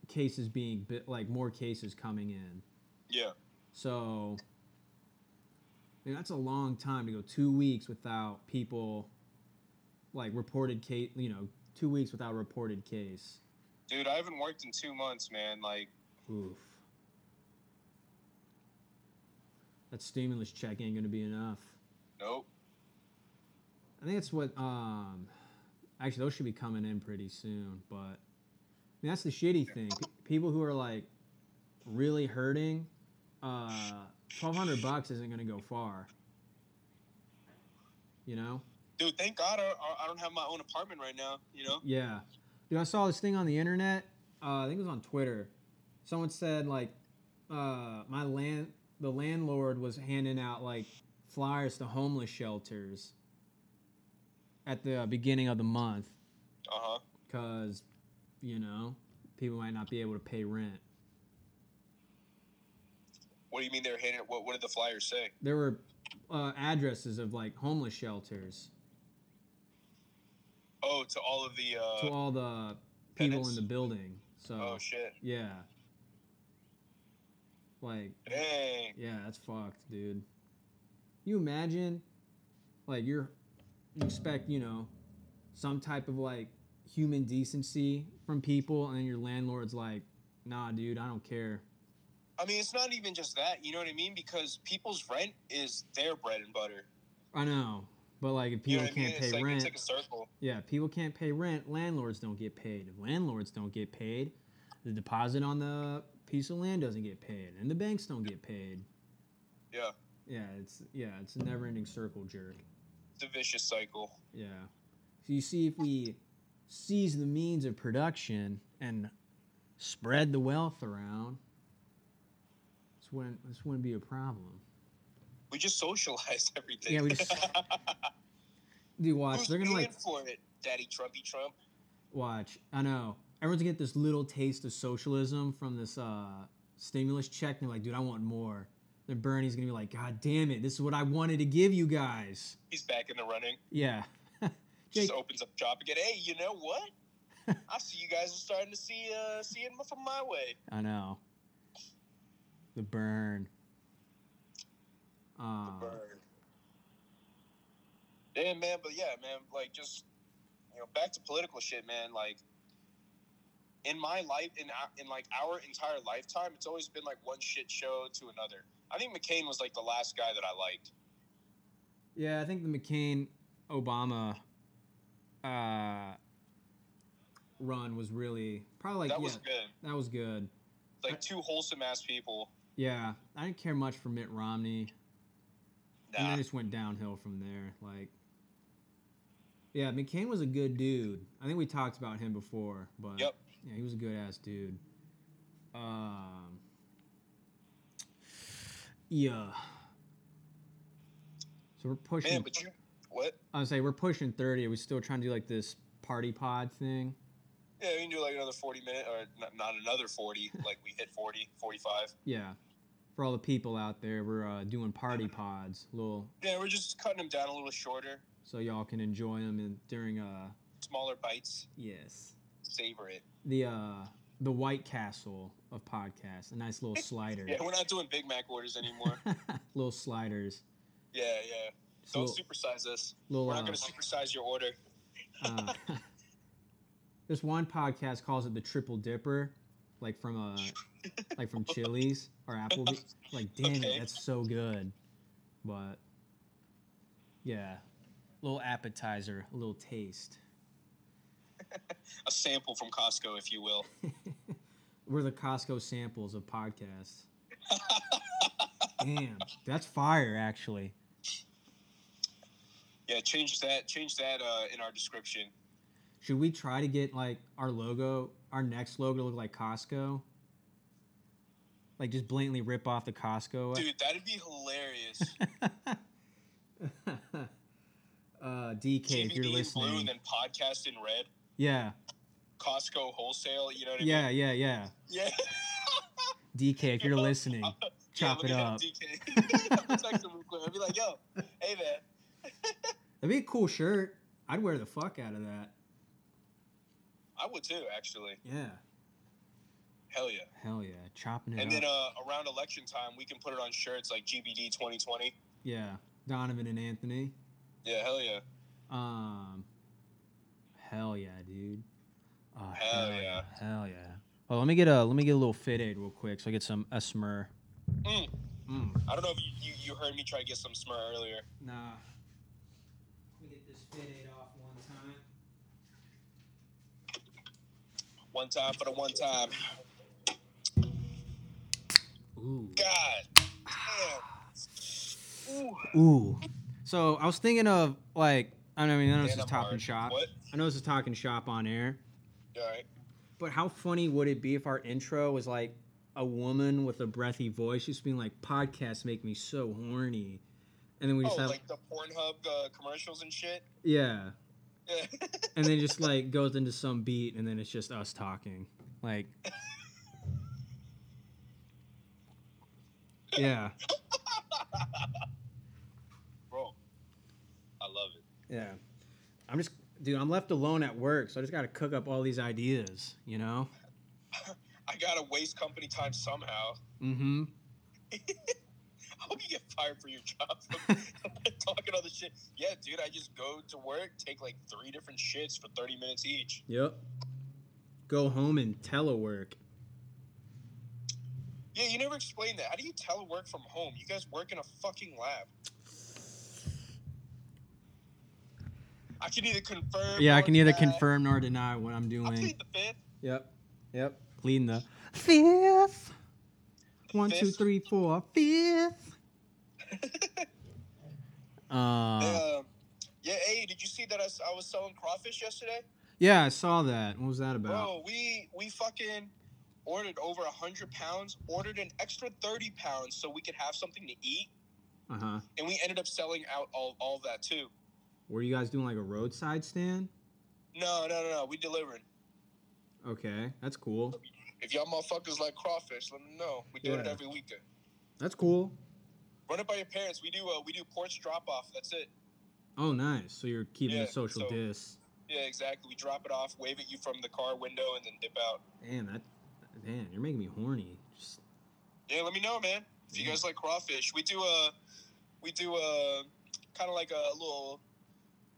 A: cases being bi- like more cases coming in.
B: Yeah.
A: So man, that's a long time to go two weeks without people like reported case, you know, two weeks without reported case.
B: Dude, I haven't worked in two months, man. Like
A: Oof. That stimulus check ain't gonna be enough.
B: nope.
A: I think that's what um actually those should be coming in pretty soon, but I mean, that's the shitty thing. P- people who are like really hurting, uh twelve hundred bucks isn't gonna go far. You know?
B: Dude, thank God I, I- I don't have my own apartment right now, you know?
A: Yeah. Dude, I saw this thing on the internet. Uh, I think it was on Twitter. Someone said like, uh, my land, the landlord was handing out like flyers to homeless shelters at the beginning of the month
B: Uh-huh.
A: because, you know, people might not be able to pay rent.
B: What do you mean they're hitting it? What what did the flyers say?
A: There were uh, addresses of like homeless shelters
B: Oh, to all of the uh
A: to all the people in
B: tenants?
A: the building. So
B: Oh shit.
A: yeah, like
B: Dang.
A: Yeah, that's fucked, dude. You imagine, like you're, you expect you know, some type of like human decency from people, and then your landlord's like, "Nah, dude, I don't care."
B: I mean it's not even just that, you know what I mean? Because people's rent is their bread and butter.
A: I know, but like if
B: You
A: people
B: know what I mean?
A: can't
B: It's
A: pay
B: like
A: rent,
B: it's like a circle.
A: yeah, if people can't pay rent. Landlords don't get paid. If landlords don't get paid, the deposit on the piece of land doesn't get paid, and the banks don't get paid.
B: Yeah.
A: Yeah, it's yeah, it's a never-ending circle jerk.
B: It's a vicious cycle.
A: Yeah. So you see, if we seize the means of production and spread the wealth around, this wouldn't, this wouldn't be a problem.
B: We just socialized [LAUGHS] everything.
A: Yeah, we just- Dude, watch.
B: Who's
A: They're going to
B: paying
A: like,
B: for it, Daddy Trumpy Trump?
A: watch. I know. Everyone's going to get this little taste of socialism from this uh, stimulus check. And they're like, dude, I want more. Then Bernie's gonna be like, God damn it, this is what I wanted to give you guys.
B: He's back in the running.
A: Yeah. [LAUGHS] Jake,
B: Just opens up shop again. Hey, you
A: [LAUGHS]
B: know what? I see you guys are starting to see uh see it from my way.
A: I know. The burn. Uh,
B: Burn. Damn man, but yeah, man, like just you know, back to political shit, man. Like in my life, in our- in like our entire lifetime, it's always been like one shit show to another. I think McCain was like the last guy that I liked.
A: Yeah, I think the McCain Obama uh, run was really probably like Uh, yeah,
B: that
A: Uh,
B: was good.
A: that was good. I-
B: Like two wholesome ass people.
A: Yeah, I didn't care much for Mitt Romney, and
B: Nah.
A: then it just went downhill from there. Like, yeah, McCain was a good dude. I think we talked about him before, but
B: Yep.
A: yeah, he was a good ass dude. Um, yeah. So we're pushing.
B: Man, but you what?
A: I was say we're pushing thirty. Are we still trying to do like this party pod thing?
B: Yeah, we can do like another 40 minute or not, not
A: [LAUGHS]
B: another 40, like we hit 40, 45.
A: Yeah. For all the people out there, we're uh, doing
B: [LAUGHS]
A: party pods, little
B: Yeah, we're just cutting them down a little shorter,
A: so y'all can enjoy them and during uh
B: smaller bites.
A: yes
B: Savor it.
A: the uh the White Castle of podcasts, a nice
B: [LAUGHS]
A: little slider, [LAUGHS]
B: Yeah, we're not doing Big Mac orders anymore.
A: little sliders,
B: yeah, yeah.
A: So
B: Don't supersize us.
A: little,
B: We're
A: uh,
B: not going to supersize your order.
A: uh, [LAUGHS] this one podcast calls it the triple dipper, like from
B: [LAUGHS]
A: uh like from Chili's or Applebee's. Like, damn it,
B: Okay.
A: that's so good. But yeah, little appetizer, a little taste. [LAUGHS]
B: A sample from Costco, if you will.
A: We're the Costco samples of
B: [LAUGHS]
A: podcasts. damn, that's fire, actually.
B: Yeah, change that. Change that uh, in our description.
A: Should we try to get like our logo, our next logo to look like Costco? Like just blatantly rip off the Costco.
B: Dude, that'd be hilarious.
A: [LAUGHS] uh, DK, if
B: TBD
A: you're
B: in blue and
A: listening.
B: then podcast in red.
A: Yeah,
B: Costco wholesale, you know what I mean? [LAUGHS]
A: yeah, yeah, yeah.
B: Yeah.
A: DK, if you're
B: Yeah.
A: listening, chop
B: yeah,
A: it
B: let
A: up.
B: me hit [LAUGHS] DK. Text him real quick. I'd be like, yo, hey, man.
A: That'd be a cool shirt. I'd wear the fuck out of that.
B: I would too, actually.
A: Yeah,
B: Hell yeah.
A: hell yeah, chopping it
B: And
A: up.
B: then uh, around election time, we can put it on shirts like GBD 2020.
A: yeah, Donovan and Anthony.
B: Yeah, hell yeah.
A: Um, hell yeah, dude. Oh,
B: Hell
A: Hell yeah. Well, let me get a let me get a little fit aid real quick so I get some a smur.
B: Mm.
A: Mm.
B: I don't know if you, you, you heard me try to get some smur earlier.
A: Nah. Let me get this fit aid off one time.
B: One time for the one time.
A: Ooh.
B: God damn. Ooh.
A: Ooh. So I was thinking of like I mean I know this
B: Man,
A: is
B: I'm
A: talking
B: hard.
A: shop.
B: What?
A: I know this is talking shop on air.
B: All right.
A: But how funny would it be if our intro was like a woman with a breathy voice just being like, podcasts make me so horny. And then we just
B: Oh,
A: have
B: like the Pornhub uh, commercials and shit. [LAUGHS]
A: Yeah.
B: Yeah.
A: and then just like goes into some beat and then it's just us talking like yeah
B: Bro, I love it.
A: yeah i'm just dude i'm left alone at work so i just gotta cook up all these ideas you know
B: I got to waste company time somehow. [LAUGHS]
A: mm-hmm
B: I hope you get fired for your job
A: [LAUGHS]
B: talking all this shit. Yeah, dude, I just go to work, take like three different shits for 30 minutes each.
A: yep go home and telework
B: Yeah, you never explained that. How do you telework from home? You guys work in a fucking lab. I can either confirm.
A: yeah i
B: or
A: can neither
B: deny.
A: confirm nor deny what i'm
B: I plead
A: doing
B: the fifth.
A: yep yep pleading the fifth one two
B: Fifth.
A: three four fifth [LAUGHS] uh,
B: Um, yeah, hey, did you see that I, s- I was selling crawfish yesterday?
A: Yeah, I saw that. What was that about?
B: Bro, we we fucking ordered over a hundred pounds. Ordered an extra thirty pounds so we could have something to eat. Oh.
A: Uh huh.
B: and we ended up selling out all, all of that too.
A: Were you guys doing like a roadside stand?
B: No, no, no, no. We delivering.
A: Okay, that's cool.
B: If y'all motherfuckers like crawfish, let me know. We doing it
A: Yeah.
B: every weekend.
A: That's cool.
B: Run it by your parents. We do uh, we do porch drop off. That's it.
A: Oh, nice. So you're keeping
B: Yeah,
A: the social
B: so-
A: dis.
B: Yeah, exactly. We drop it off, wave at you from the car window, and then dip out.
A: Damn, that, man, you're making me horny. Just,
B: Yeah, let me know, man. If you
A: Yeah.
B: guys like crawfish, we do a we do a kind of like a little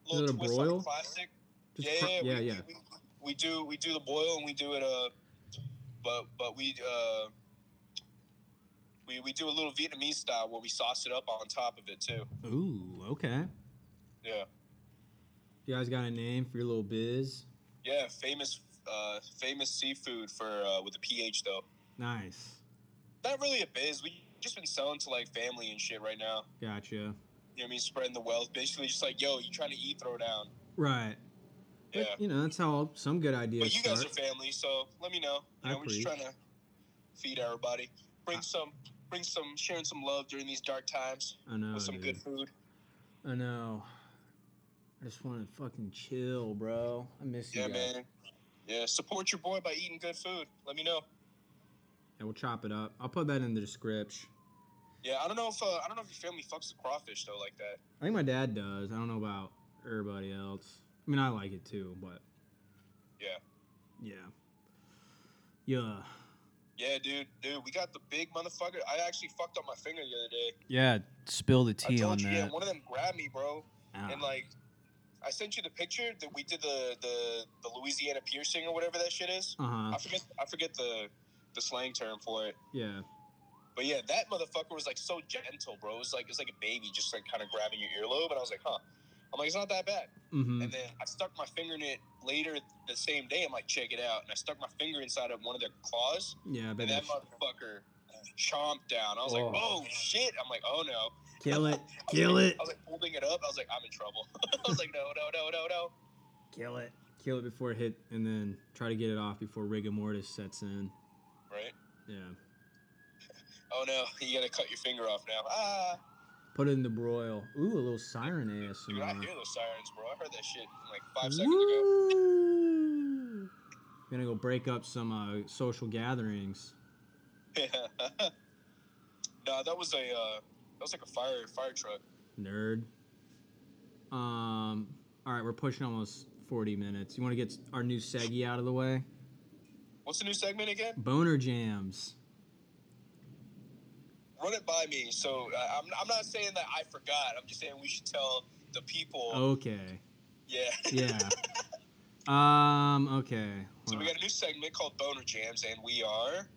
B: little,
A: little
B: twist on
A: broil?
B: the classic.
A: just
B: yeah,
A: fr-
B: yeah,
A: yeah,
B: we,
A: yeah.
B: We, we, we do we do the boil and we do it uh, but but we uh, we we do a little Vietnamese style where we sauce it up on top of it too.
A: Ooh, okay.
B: Yeah,
A: You guys got a name for your little biz?
B: yeah, famous uh, famous seafood for uh, with a ph though.
A: Nice.
B: Not really a biz. We just been selling to like family and shit right now.
A: Gotcha.
B: You know what I mean? Spreading the wealth. Basically, just like yo, you trying to eat? Throw down.
A: Right.
B: Yeah.
A: But, you know, that's how some good ideas
B: But you guys
A: start.
B: are family, so let me know.
A: I
B: You know we're just
A: preach.
B: trying to feed everybody. Bring some, bring some, sharing some love during these dark times
A: I know.
B: with some
A: dude.
B: good food.
A: I know. I just want to fucking chill, bro. I miss you
B: Yeah,
A: guys.
B: man. Yeah, support your boy by eating good food. Let me know.
A: And we'll chop it up. I'll put that in the description.
B: Yeah, I don't know if uh, I don't know if your family fucks with crawfish though like that.
A: I think my dad does. I don't know about everybody else. I mean, I like it too, but
B: Yeah.
A: yeah, yeah,
B: Yeah, dude, dude, we got the big motherfucker. I actually fucked up my finger the other day.
A: yeah. Spill the
B: I told you, yeah, one of them grabbed me, bro,
A: Ah,
B: and like. I sent you the picture that we did the, the, the Louisiana piercing or whatever that shit is.
A: uh-huh.
B: I forget I forget the the slang term for it.
A: Yeah.
B: But yeah, that motherfucker was like so gentle, bro. It was like it's like a baby just like kind of grabbing your earlobe, and I was like, huh. I'm like, it's not that bad.
A: Mm-hmm.
B: And then I stuck my finger in it later the same day. I'm like, check it out. And I stuck my finger inside of one of their claws,
A: Yeah. I bet
B: and that
A: that's-
B: motherfucker chomped down. I was
A: Oh.
B: like, oh shit. I'm like, oh no.
A: Kill it.
B: [LAUGHS] I was
A: Kill
B: like-
A: it.
B: I was like holding it up. I was like, I'm in trouble. [LAUGHS] I was like, no, no, no, no, no.
A: Kill it. Kill it before it hit, and then try to get it off before rigor mortis sets in.
B: Right?
A: Yeah.
B: Oh no, [LAUGHS] you gotta cut your finger off now. Ah,
A: Put it in the broil. Ooh, a little siren ASMR.
B: dude, I hear those sirens, bro. I heard that shit like five seconds ago.
A: Woo! Gonna go break up some uh, social gatherings.
B: Yeah. [LAUGHS] nah, that was a uh, that was like a fire fire truck.
A: Nerd. Um. All right, we're pushing almost 40 minutes. You want to get our new seggy out of the way?
B: What's the new segment again?
A: Boner jams.
B: Run it by me. So uh, I'm, I'm not saying that I forgot. I'm just saying we should tell the people.
A: Oh. Okay.
B: [LAUGHS] Yeah.
A: Yeah. [LAUGHS] um. Okay.
B: so we
A: Hold
B: got a new segment called Boner Jams, and we are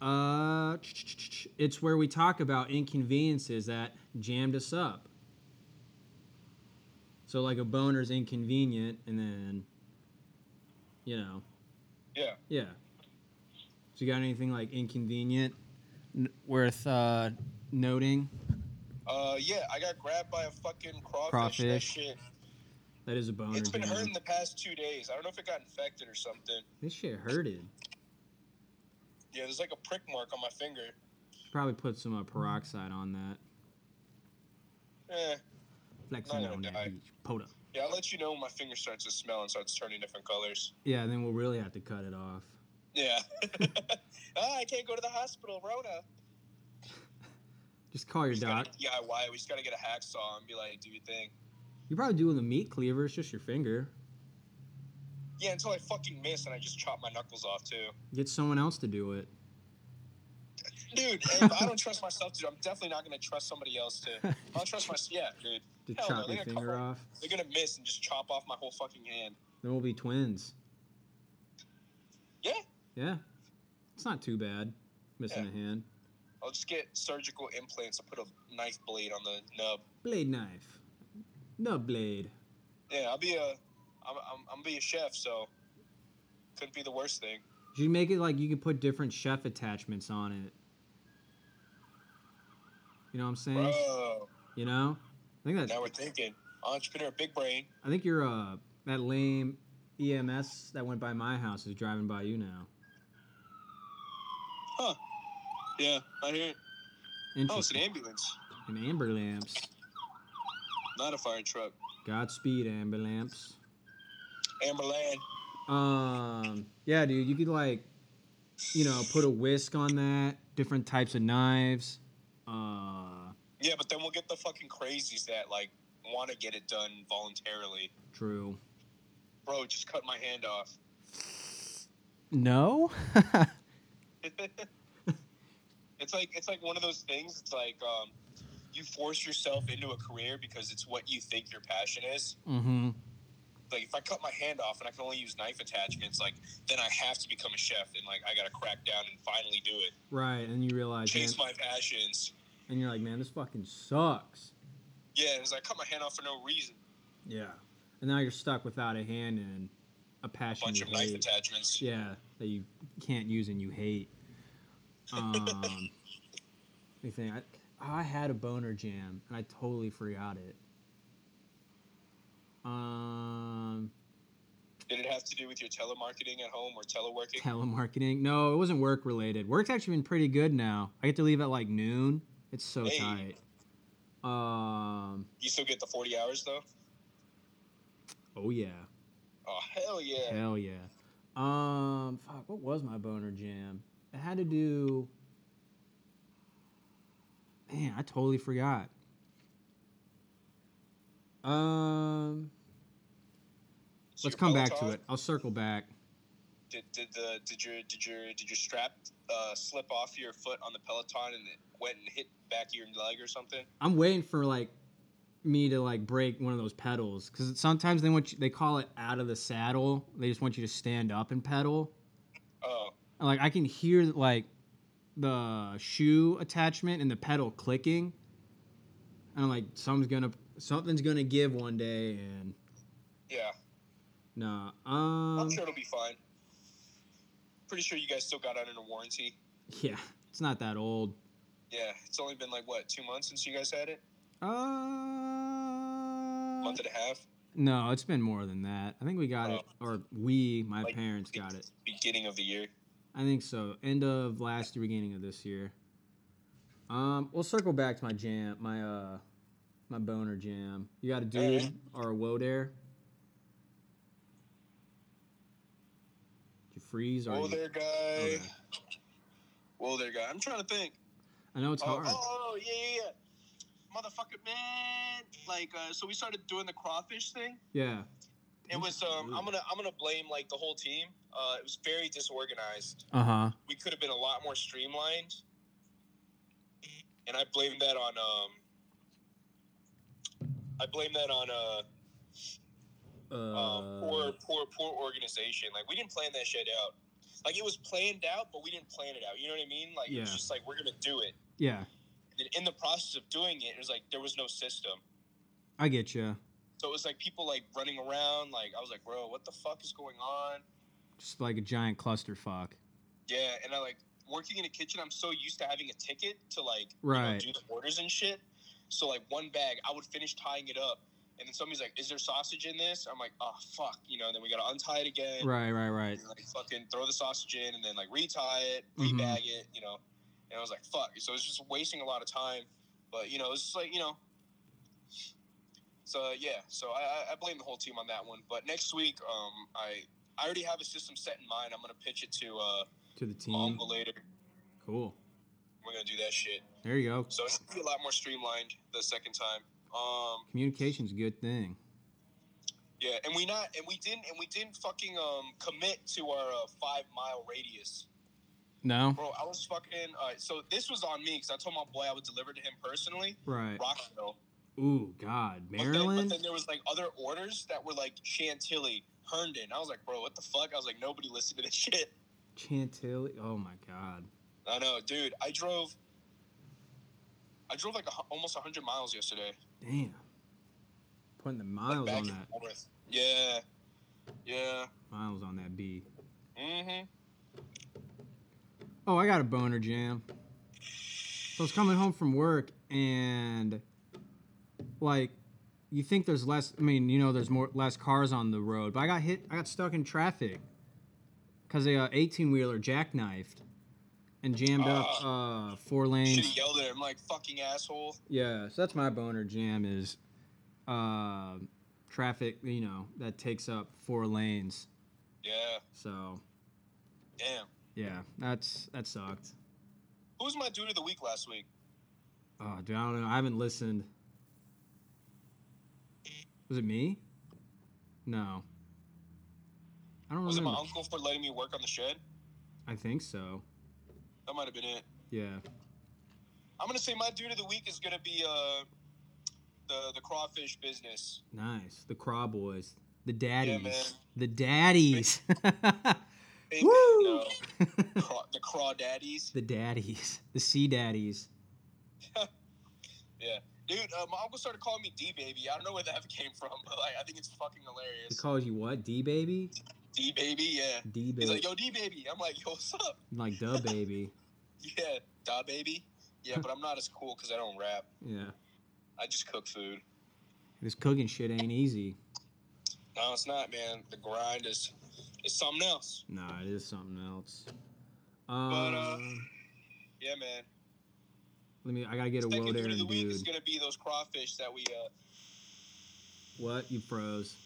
A: on. Uh. ch-ch-ch-ch. It's where we talk about inconveniences that jammed us up. So like a boner's inconvenient, and then, you know,
B: yeah.
A: Yeah. So you got anything like inconvenient n- worth uh, noting?
B: Uh, yeah, I got grabbed by a fucking crawfish. That
A: Crawfish.
B: shit.
A: That is a boner.
B: It's been
A: jam.
B: hurting the past two days. I don't know if it got infected or something.
A: This shit hurted.
B: Yeah, there's like a prick mark on my finger.
A: Probably put some uh, peroxide on that.
B: Eh.
A: Flexing
B: Not
A: on that
B: gonna die.
A: beach. Poda.
B: Yeah, I'll let you know when my finger starts to smell and starts turning different colors.
A: Yeah, then we'll really have to cut it off.
B: Yeah. [LAUGHS] ah, I can't go to the hospital, Rona.
A: Just call your
B: Just
A: doc.
B: gotta DIY. We just gotta get a hacksaw and be like, do your thing.
A: You're probably doing the meat cleaver. It's just your finger.
B: Yeah, until I fucking miss and I just chop my knuckles off too.
A: Get someone else to do
B: [LAUGHS]
A: it.
B: Dude, if I don't trust myself to, I'm definitely not gonna trust somebody else to. I don't trust my. Yeah,
A: To
B: dude. Oh, Hell no,
A: chop
B: they
A: your
B: got
A: finger
B: covered.
A: off.
B: They're gonna miss and just chop off my whole fucking hand.
A: Then we'll be twins.
B: Yeah.
A: Yeah. It's not too bad. Missing
B: Yeah.
A: a hand.
B: I'll just get surgical implants and put a knife blade on the nub.
A: Blade knife. No blade.
B: Yeah, I'll be a. I'm, I'm, I'm be a chef, so couldn't be the worst thing.
A: You should make it like you can put different chef attachments on it. You know what I'm saying?
B: Bro,
A: You know? I think
B: now
A: that
B: we're thinking entrepreneur, big brain.
A: I think you're uh that lame EMS that went by my house is driving by you now.
B: Oh, Yeah, I hear it. Oh, it's an
A: Interesting.
B: ambulance,
A: an amber lamps.
B: not a fire truck.
A: Godspeed, amber lamps.
B: Amberland.
A: Um yeah, dude, you could like you know, put a whisk on that, different types of knives. Uh
B: Yeah, but then we'll get the fucking crazies that like want to get it done voluntarily.
A: True.
B: Bro, just cut my hand off. [LAUGHS]
A: No.
B: it's like it's like one of those things. It's like um, you force yourself into a career because it's what you think your passion is.
A: mm-hmm.
B: Like if I cut my hand off and I can only use knife attachments, like then I have to become a chef and like I gotta crack down and finally do it.
A: Right, and you realize, man,
B: Chase my passions.
A: and you're like, man, this fucking sucks.
B: Yeah, it's like cut my hand off for no reason.
A: Yeah. And now you're stuck without a hand and a passion
B: Bunch
A: you
B: of knife
A: hate.
B: attachments.
A: Yeah, that you can't use and you hate. Um, let me think. I, oh, I had a boner jam and I totally forgot it. Um,
B: Did it have to do with your telemarketing at home or teleworking?
A: telemarketing. No, it wasn't work related. Work's actually been pretty good now. I get to leave at like noon. It's so
B: Hey.
A: tight. Um,
B: You still get the forty hours though.
A: oh yeah.
B: Oh hell yeah!
A: Hell yeah. Um, fuck, what was my boner jam? It had to do. Man, I totally forgot. Um,
B: So
A: let's
B: your
A: come back to
B: Peloton,
A: it. I'll circle back.
B: Did, did the did your did your did your strap uh, slip off your foot on the Peloton and it went and hit back of your leg or something?
A: I'm waiting for like me to like break one of those pedals because sometimes they want you, they call it out of the saddle. They just want you to stand up and pedal.
B: Oh,
A: And, Like I can hear like the shoe attachment and the pedal clicking, and I'm like, something's gonna something's gonna give one day, and
B: yeah.
A: nah.
B: I'm
A: Um,
B: sure it'll be fine. Pretty sure you guys still got it under warranty.
A: yeah, it's not that old.
B: Yeah, it's only been like what two months since you guys had it?
A: Uh,
B: Month and a half.
A: no, it's been more than that. I think we got it, or we, my
B: Oh. Like,
A: parents got it.
B: Beginning of the year.
A: I think so. End of last year, beginning of this year. Um, we'll circle back to my jam, my uh, my boner jam. You got a dude
B: Alright.
A: or a woe dare? Did you freeze? Or
B: Whoa
A: you- Oh,
B: there, guy.
A: Okay.
B: Whoa there, guy. I'm trying to think.
A: I know it's
B: Oh,
A: hard.
B: oh, oh, yeah, yeah, yeah. Motherfucker, man. Like, uh, so we started doing the crawfish thing.
A: Yeah.
B: It was, um, I'm gonna, I'm gonna blame like the whole team. Uh, it was very disorganized.
A: Uh huh.
B: We could have been a lot more streamlined. And I blame that on, um, I blame that on, uh,
A: Uh,
B: um, poor, poor, poor organization. Like we didn't plan that shit out. Like it was planned out, but we didn't plan it out. You know what I mean? Like it was
A: Yeah.
B: just like we're gonna do it.
A: yeah,
B: And in the process of doing it, it was like there was no system.
A: I get you.
B: So it was like people like running around. Like I was like, bro, what the fuck is going on?
A: Just like a giant clusterfuck.
B: Yeah, and I like working in a kitchen. I'm so used to having a ticket to like
A: Right.
B: do the orders and shit. So like one bag, I would finish tying it up, and then somebody's like, "Is there sausage in this?" I'm like, "Oh fuck," you know. And then we gotta untie it again.
A: Right. Right. Right.
B: and, like fucking throw the sausage in and then like retie it,
A: Mhm.
B: rebag it, you know. And I was like, fuck. So it's just wasting a lot of time. But you know, it's just like you know. So yeah, so I, I- I blame the whole team on that one. But next week, um, I I already have a system set in mind. I'm gonna pitch it to uh,
A: To the team.
B: Mongol later.
A: Cool.
B: We're gonna do that shit.
A: There you go.
B: So it's gonna be a lot more streamlined the second time. Um,
A: Communication's a good thing.
B: yeah, and we not and we didn't and we didn't fucking um commit to our uh, five mile radius.
A: No.
B: Bro, I was fucking. All right, so this was on me because I told my boy I would deliver to him personally,
A: Right.
B: Rockville.
A: Ooh, God,
B: But then, but
A: Maryland.
B: then there was like other orders that were like Chantilly, Herndon. I was like, bro, what the fuck? I was like, nobody listened to this [LAUGHS] shit.
A: Chantilly. Oh my God.
B: I know, dude. I drove. I drove like a, hu- almost 100 miles yesterday.
A: Damn. Putting the
B: like,
A: miles
B: back
A: on
B: and
A: that.
B: forth. Yeah, yeah.
A: Miles on that B.
B: Mm-hmm.
A: Oh, I got a boner jam. So I was coming home from work and like you think there's less I mean, you know there's more less cars on the road, but I got hit I got stuck in traffic cuz a 18-wheeler jackknifed and jammed up
B: Ah.
A: uh four
B: Should
A: lanes.
B: have yelled at him like fucking asshole.
A: Yeah, so that's my boner jam is uh, traffic, you know, that takes up four lanes.
B: Yeah,
A: So
B: damn.
A: yeah, that's that sucked.
B: Who was my dude of the week last week?
A: Oh, dude, I don't know. I haven't listened. Was it me? No. I don't
B: Was it
A: remember.
B: my uncle for letting me work on the shed?
A: I think so.
B: That might have been it.
A: Yeah.
B: I'm gonna say my dude of the week is gonna be uh the the crawfish business.
A: Nice. The Craw Boys. The Daddies.
B: man.
A: the Daddies. [LAUGHS]
B: Big-
A: Woo!
B: No, craw, the
A: [LAUGHS]
B: crawdaddies.
A: the Daddies. The Sea Daddies.
B: Yeah, dude. Uh, my uncle started calling me D baby. I don't know where that [LAUGHS] came from, but like I think it's fucking
A: They
B: hilarious.
A: call you what? D Baby?
B: D baby, yeah.
A: D
B: He's
A: Baby.
B: like, yo, D baby. I'm like, yo, what's up? [LAUGHS]
A: Like, duh, baby.
B: Yeah, da baby. Yeah, but I'm not as cool because I don't rap.
A: Yeah.
B: I just cook food.
A: This cooking shit ain't easy.
B: No, it's not, man. The grind is is something else.
A: Nah, it is something else.
B: But, uh,
A: Um,
B: Yeah, man.
A: let me. I gotta get a
B: Second
A: world
B: dude
A: Aaron
B: of the week
A: dude.
B: is gonna be those crawfish that we uh,
A: What you froze?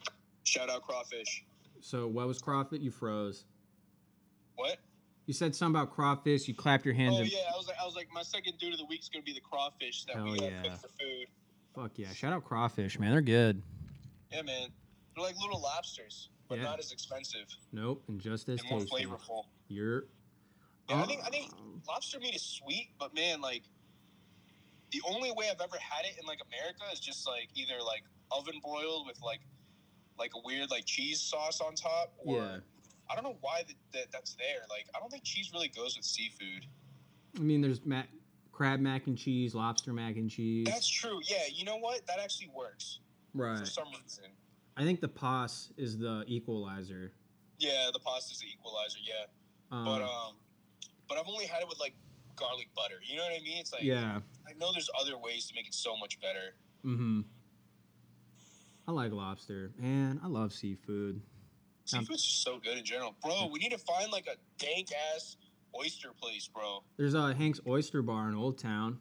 B: shout out crawfish.
A: So what was crawfish? You froze.
B: What?
A: You said something about crawfish. You clapped your hands.
B: Oh
A: and,
B: yeah, I was like, I was like, my second dude of the week is gonna be the crawfish that
A: Hell
B: we uh,
A: yeah.
B: cook for food.
A: Fuck yeah! Shout out crawfish, man. They're good.
B: Yeah, man, they're like little lobsters, but
A: Yeah.
B: not as expensive
A: Nope, and just as
B: and more
A: tasty.
B: flavorful.
A: You're.
B: Yeah, I think I think
A: Um,
B: lobster meat is sweet, but man, like the only way I've ever had it in like America is just like either like oven broiled with like like a weird like cheese sauce on top, or
A: Yeah.
B: I don't know why that, that that's there. Like I don't think cheese really goes with seafood.
A: I mean, there's mac, crab mac and cheese, lobster mac and cheese.
B: That's true. Yeah, you know what? That actually works for
A: right.
B: some reason.
A: I think the pos is the equalizer.
B: Yeah, the pasta's the equalizer. Yeah,
A: Um,
B: but um, but I've only had it with like garlic butter. You know what I mean? It's like
A: yeah.
B: I know there's other ways to make it so much better.
A: Mm-hmm. I like lobster, man. I love seafood. Um,
B: Seafood's just so good in general, bro. We need to find like a dank ass oyster place, bro.
A: There's a Hank's Oyster Bar in Old Town.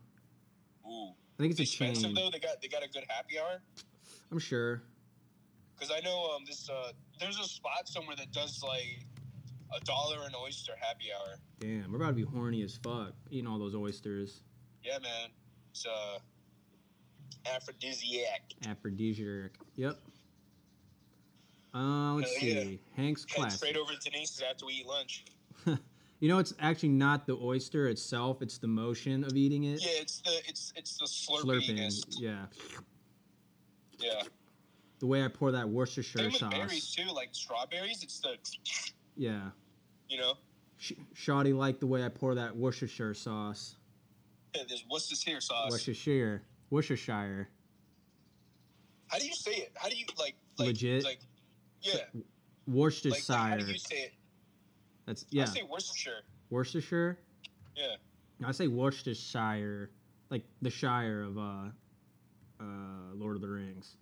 B: Ooh,
A: I think it's
B: it's
A: a
B: expensive
A: chain.
B: though. They got they got a good happy hour.
A: I'm sure.
B: Cause I know um this uh there's a spot somewhere that does like a dollar an oyster happy hour.
A: Damn, we're about to be horny as fuck eating all those oysters.
B: Yeah, man. It's uh aphrodisiac.
A: Aphrodisiac. Yep. Uh, let's
B: Hell yeah.
A: see. Hank's
B: Head
A: classic.
B: straight over to Denise's after we eat lunch.
A: You know, it's actually not the oyster itself; it's the motion of eating it.
B: Yeah, it's the it's it's the
A: Slurping.
B: slurpiness.
A: Yeah.
B: Yeah.
A: The way I pour that Worcestershire
B: Same with
A: sauce.
B: berries too, like strawberries. It's the
A: Yeah.
B: you know
A: Sh- Shoddy liked the way I pour that Worcestershire sauce.
B: uh, there's what's this here sauce?
A: Worcestershire. Worcestershire.
B: How do you say it? How do you like like
A: Legit?
B: like yeah like how
A: Worcestershire.
B: do you say it?
A: That's
B: I
A: yeah.
B: say Worcestershire.
A: Worcestershire.
B: Yeah.
A: No, I say Worcestershire, like the Shire of uh, uh, Lord of the Rings.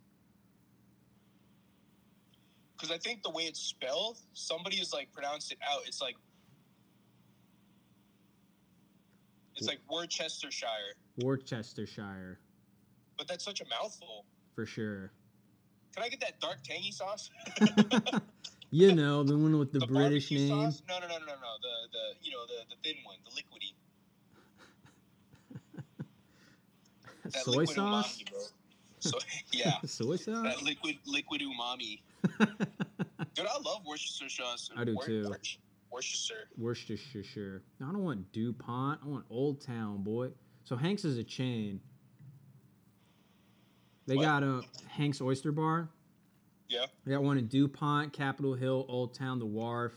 B: Because I think the way it's spelled, somebody has like pronounced it out. It's like it's like Worcestershire,
A: Worcestershire
B: but that's such a mouthful.
A: for sure. [LAUGHS]
B: Can I get that dark tangy sauce?
A: you know the one
B: [LAUGHS]
A: with the, British
B: barbecue
A: name.
B: Sauce? No, no, no, no, no, no. The the you know the the thin one, the liquidy. That
A: Soy
B: liquid
A: sauce.
B: Umami, bro. So [LAUGHS] yeah,
A: [LAUGHS] Soy sauce.
B: that liquid liquid umami.
A: [LAUGHS]
B: Dude, I love Worcestershire sauce.
A: I do, too.
B: Worcestershire.
A: Worcestershire. No, I don't want DuPont. I want Old Town, boy. So Hanks is a chain. They
B: What?
A: got a Hanks Oyster Bar.
B: Yeah.
A: They got one in DuPont, Capitol Hill, Old Town, The Wharf.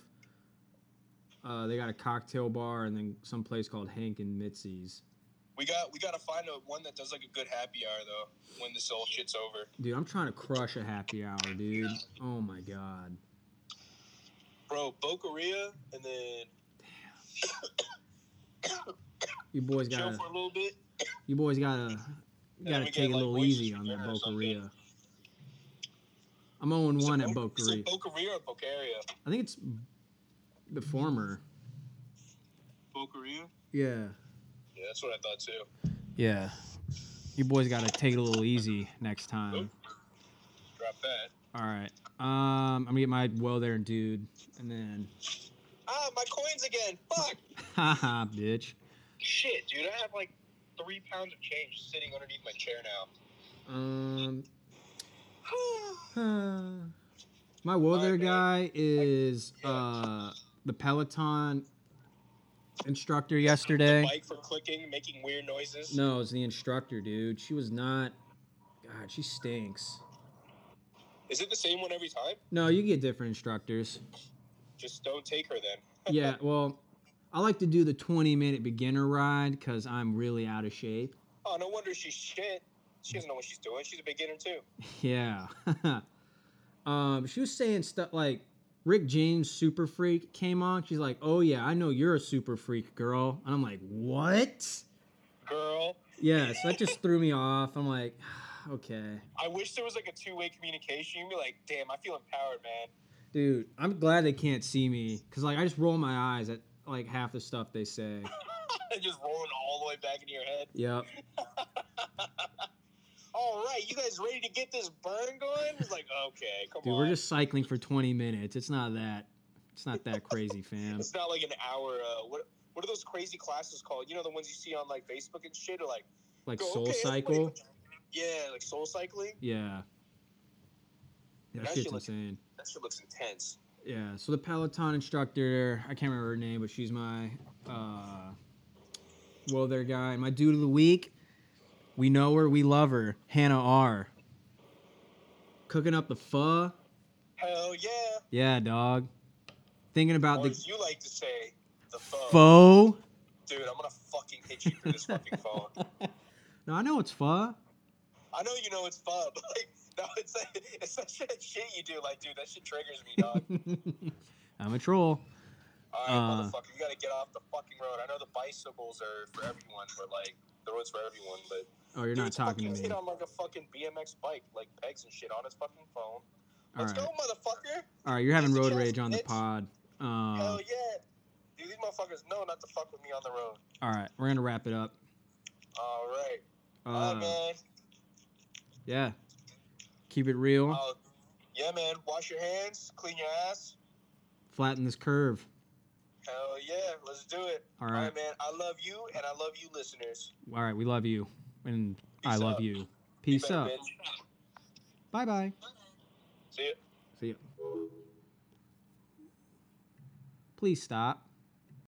A: Uh, they got a cocktail bar and then some place called Hank and Mitzi's.
B: We got we got to find a one that does like a good happy hour though when this whole shit's over.
A: Dude, I'm trying to crush a happy hour, dude. Oh my god.
B: Bro, Bocaria and then
A: You boys
B: chill
A: gotta
B: for a little bit.
A: you boys gotta you
B: then
A: gotta
B: we
A: take it
B: get,
A: a
B: like,
A: little
B: oysters
A: easy
B: for
A: on that
B: dinner or something.
A: Boqueria. I'm 0 1 at
B: Bo- Is
A: Boqueria.
B: it Bocaria or Bocaria?
A: I think it's the former.
B: Bocaria.
A: Yeah.
B: Yeah, that's what I thought too.
A: Yeah. You boys gotta take it a little easy next time.
B: Drop that.
A: All right. Um, I'm gonna get my well there, dude, and then, [LAUGHS]
B: Ah, my coins again. Fuck.
A: haha, bitch.
B: Shit, dude. I have like three pounds of change sitting underneath my chair now.
A: Um, uh, [SIGHS] my woe there guy is uh, the Peloton instructor yesterday.
B: Bike for clicking, making weird noises.
A: No, it's the instructor, dude. She was not. God, she stinks.
B: Is it the same one every time?
A: No, you get different instructors.
B: Just don't take her then.
A: Yeah, well, I like to do the 20 minute beginner ride because I'm really out of shape. [LAUGHS]
B: Oh, no wonder she's shit. She doesn't know what she's doing. She's a beginner too.
A: Yeah. [LAUGHS] um, she was saying stuff like Rick James Super Freak came on. She's like, "Oh yeah, I know you're a super freak, girl." And I'm like, "What?"
B: Girl,
A: Yeah, so that just threw me off. I'm like, [SIGHS] "Okay,
B: I wish there was like a two way communication. You'd be like, damn, I feel empowered, man. [LAUGHS]
A: dude, I'm glad they can't see me cuz like I just roll my eyes at like half the stuff they say."
B: And just rolling all the way back into your head.
A: Yep.
B: All right, you guys ready to get this burn going? It's like, okay, come
A: Dude,
B: on.
A: we're just cycling for 20 minutes. It's not that it's not that crazy, fam.
B: It's not like an hour. Uh, what what are those crazy classes called? You know the ones you see on like Facebook and shit, or like
A: Like
B: go,
A: soul
B: Oh, okay, everybody-
A: cycle.
B: Yeah, like soul cycling.
A: Yeah. Yeah,
B: That
A: that
B: shit
A: shit's
B: looks-
A: insane.
B: That shit looks intense.
A: Yeah, so the Peloton instructor, I can't remember her name, but she's my uh well there guy. My dude of the week. We know her, we love her. Hannah R. Cooking up the pho.
B: Hell yeah.
A: Yeah, dog. Thinking about
B: Or
A: the
B: as you like to say, the phone.
A: pho. [LAUGHS]
B: Dude, I'm gonna fucking hit you through this fucking phone.
A: No, I know it's pho. [LAUGHS]
B: I know you know it's fun, [LAUGHS] but like, no, it's like, it's that shit, shit you do. Like, dude, that shit triggers me, dog.
A: I'm a troll.
B: All right,
A: Uh.
B: motherfucker, you gotta get off the fucking road. I know the bicycles are for everyone, but like, the road's for everyone, but.
A: Oh, you're not
B: Dude's
A: talking
B: fucking
A: to
B: hit
A: me.
B: on like a fucking BMX bike, like pegs and shit on his fucking phone.
A: All
B: Let's
A: right.
B: go, motherfucker!
A: All right, you're having
B: Piece of
A: road
B: trash,
A: rage on the
B: bitch.
A: pod. Uh,
B: Hell Oh, yeah! Dude, these motherfuckers know not to fuck with me on the road.
A: all right, we're gonna wrap it up.
B: All right, all right,
A: Uh,
B: Oh, man.
A: yeah, keep it real.
B: Uh, yeah, man. Wash your hands, clean your ass.
A: Flatten this curve.
B: Hell yeah, let's do it.
A: All
B: All
A: right,
B: right, man. I love you, and I love you, listeners.
A: all right, we love you, and I
B: Peace
A: love
B: out.
A: you.
B: You
A: Peace
B: better,
A: up.
B: bitch.
A: Bye bye.
B: See ya.
A: See ya. Please stop.